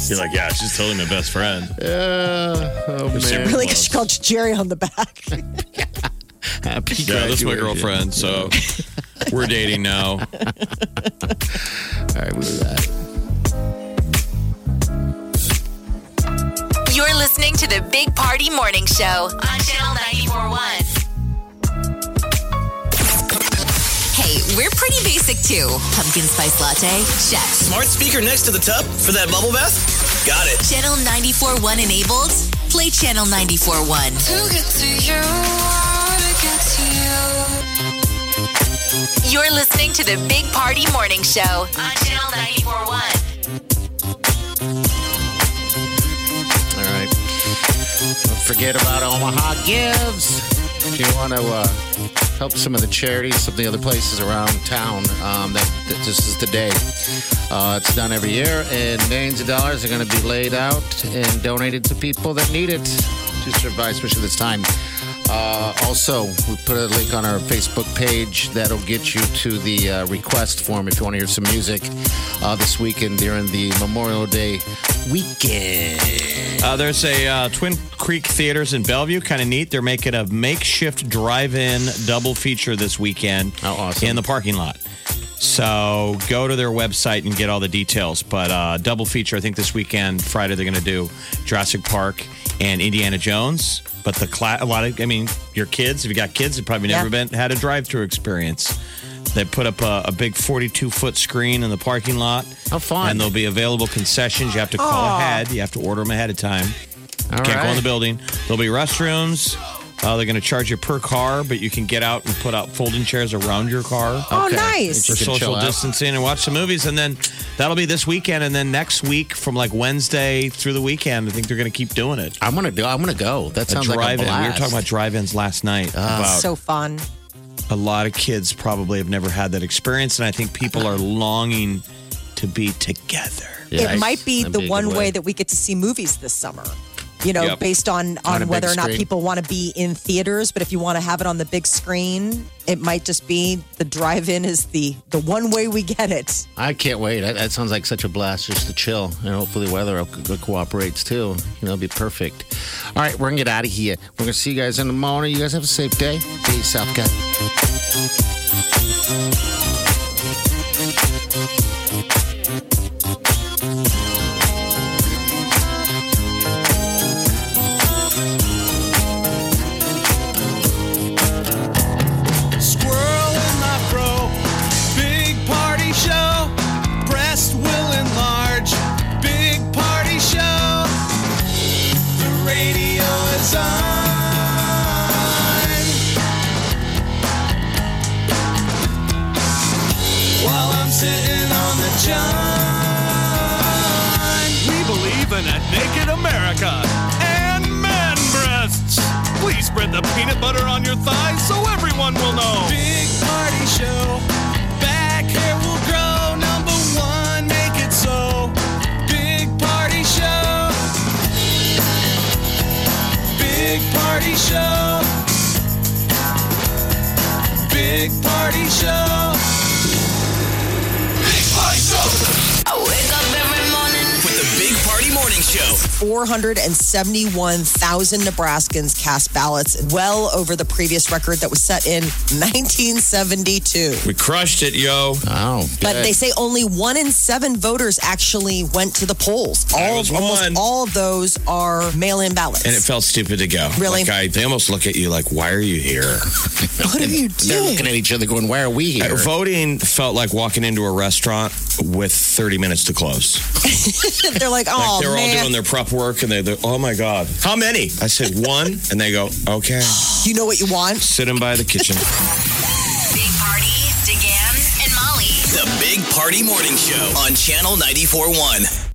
Speaker 5: You're like, yeah, she's totally my best friend.
Speaker 6: Uh, oh man!
Speaker 4: really because she called you Jerry on the back.
Speaker 6: Happy
Speaker 5: Yeah, this is my
Speaker 6: graduation.
Speaker 5: girlfriend. So we're dating now.
Speaker 6: All right, we'll be back.
Speaker 3: You're listening to the Big Party Morning Show on Channel 94.1. Hey, we're pretty basic too. Pumpkin spice latte, check.
Speaker 2: Smart speaker next to the tub for that bubble bath? Got it.
Speaker 3: Channel 94.1 enabled. Play Channel 94.1.
Speaker 12: To get to you, to get to
Speaker 3: You're listening to the Big Party Morning Show on Channel 94.1.
Speaker 6: All right. Don't forget about Omaha Gives. If you want to uh, help some of the charities, some of the other places around town, um, that, that this is the day. Uh, it's done every year, and millions of dollars are going to be laid out and donated to people that need it to survive, especially this time. Uh, also, we put a link on our Facebook page that'll get you to the uh, request form if you want to hear some music uh, this weekend during the Memorial Day weekend.
Speaker 5: Uh, there's a uh, Twin Creek Theaters in Bellevue, kind of neat. They're making a makeshift drive-in double feature this weekend in the parking lot. So go to their website and get all the details. But uh, double feature, I think this weekend, Friday, they're going to do Jurassic Park and Indiana Jones. But the cla- a lot of, I mean, your kids, if you got kids, have probably never been had a drive-through experience. They put up a, a big 42-foot screen in the parking lot.
Speaker 6: How fun!
Speaker 5: And they'll be available concessions. You have to call
Speaker 6: Aw.
Speaker 5: ahead. You have to order them ahead of time.
Speaker 6: All
Speaker 5: Can't go in
Speaker 6: right.
Speaker 5: the building. There'll be restrooms. Uh, they're going to charge you per car, but you can get out and put out folding chairs around your car.
Speaker 4: Oh, Okay. nice.
Speaker 5: For
Speaker 4: You can
Speaker 5: social
Speaker 4: chill out.
Speaker 5: distancing and watch the movies. And then that'll be this weekend. And then next week, from like Wednesday through the weekend, I think they're going to keep doing it.
Speaker 6: I'm going to do. I'm going to go. That sounds like a
Speaker 5: drive-in. We were
Speaker 6: blast.
Speaker 5: talking about drive-ins last night. about
Speaker 4: Ah. so fun.
Speaker 5: a lot of kids probably have never had that experience, and I think people are longing to be together.
Speaker 4: it might be the one way. that we get to see movies this summer. You know,
Speaker 5: Yep.
Speaker 4: based on
Speaker 5: On a
Speaker 4: on
Speaker 5: big
Speaker 4: whether or not
Speaker 5: screen.
Speaker 4: people want to be in theaters, but if you want to have it on the big screen, it might just be the drive-in is the the one way we get it.
Speaker 6: I can't wait. That, that sounds like such a blast just to chill. And hopefully, the weather co- co- cooperates too. You know, it'll be perfect. All right, we're going to get out of here. We're going to see you guys in the morning. You guys have a safe day. Peace out, guys.
Speaker 2: Squirrel in my fro. Big party show. Breast will enlarge. Big party show. The radio is on. While I'm sitting on the john.
Speaker 13: We believe in a naked America and man breasts. Please spread the peanut butter on your thighs so everyone will know.
Speaker 2: Big party show. Back hair will grow. Number one, make it so. Big party show. Big party show. Big party show. Big party show. I wake up every morning with the Big Party Morning Show.
Speaker 4: 471,000 Nebraskans cast ballots, well over the previous record that was set in 1972.
Speaker 14: We crushed it, yo.
Speaker 6: Oh,
Speaker 4: But they say only one in seven voters actually went to the polls.
Speaker 14: I
Speaker 4: All
Speaker 14: was
Speaker 4: almost
Speaker 14: one.
Speaker 4: all of those are mail-in ballots.
Speaker 14: And it felt stupid to go.
Speaker 4: Really?
Speaker 14: Like I, they almost look at you like, why are you here?
Speaker 4: what are you doing?
Speaker 6: They're looking at each other going, why are we here?
Speaker 14: Uh, voting felt like walking into a restaurant with 30 minutes to close.
Speaker 4: they're like,
Speaker 14: Like
Speaker 4: oh
Speaker 14: they're all
Speaker 4: man.
Speaker 14: doing their prep work and they're, they're, oh my God, how many? I said one. and they go, okay.
Speaker 4: You know what you want?
Speaker 14: Sitting by the kitchen.
Speaker 3: Big Party, DeGan, and Molly.
Speaker 2: The Big Party Morning Show on Channel 94.1.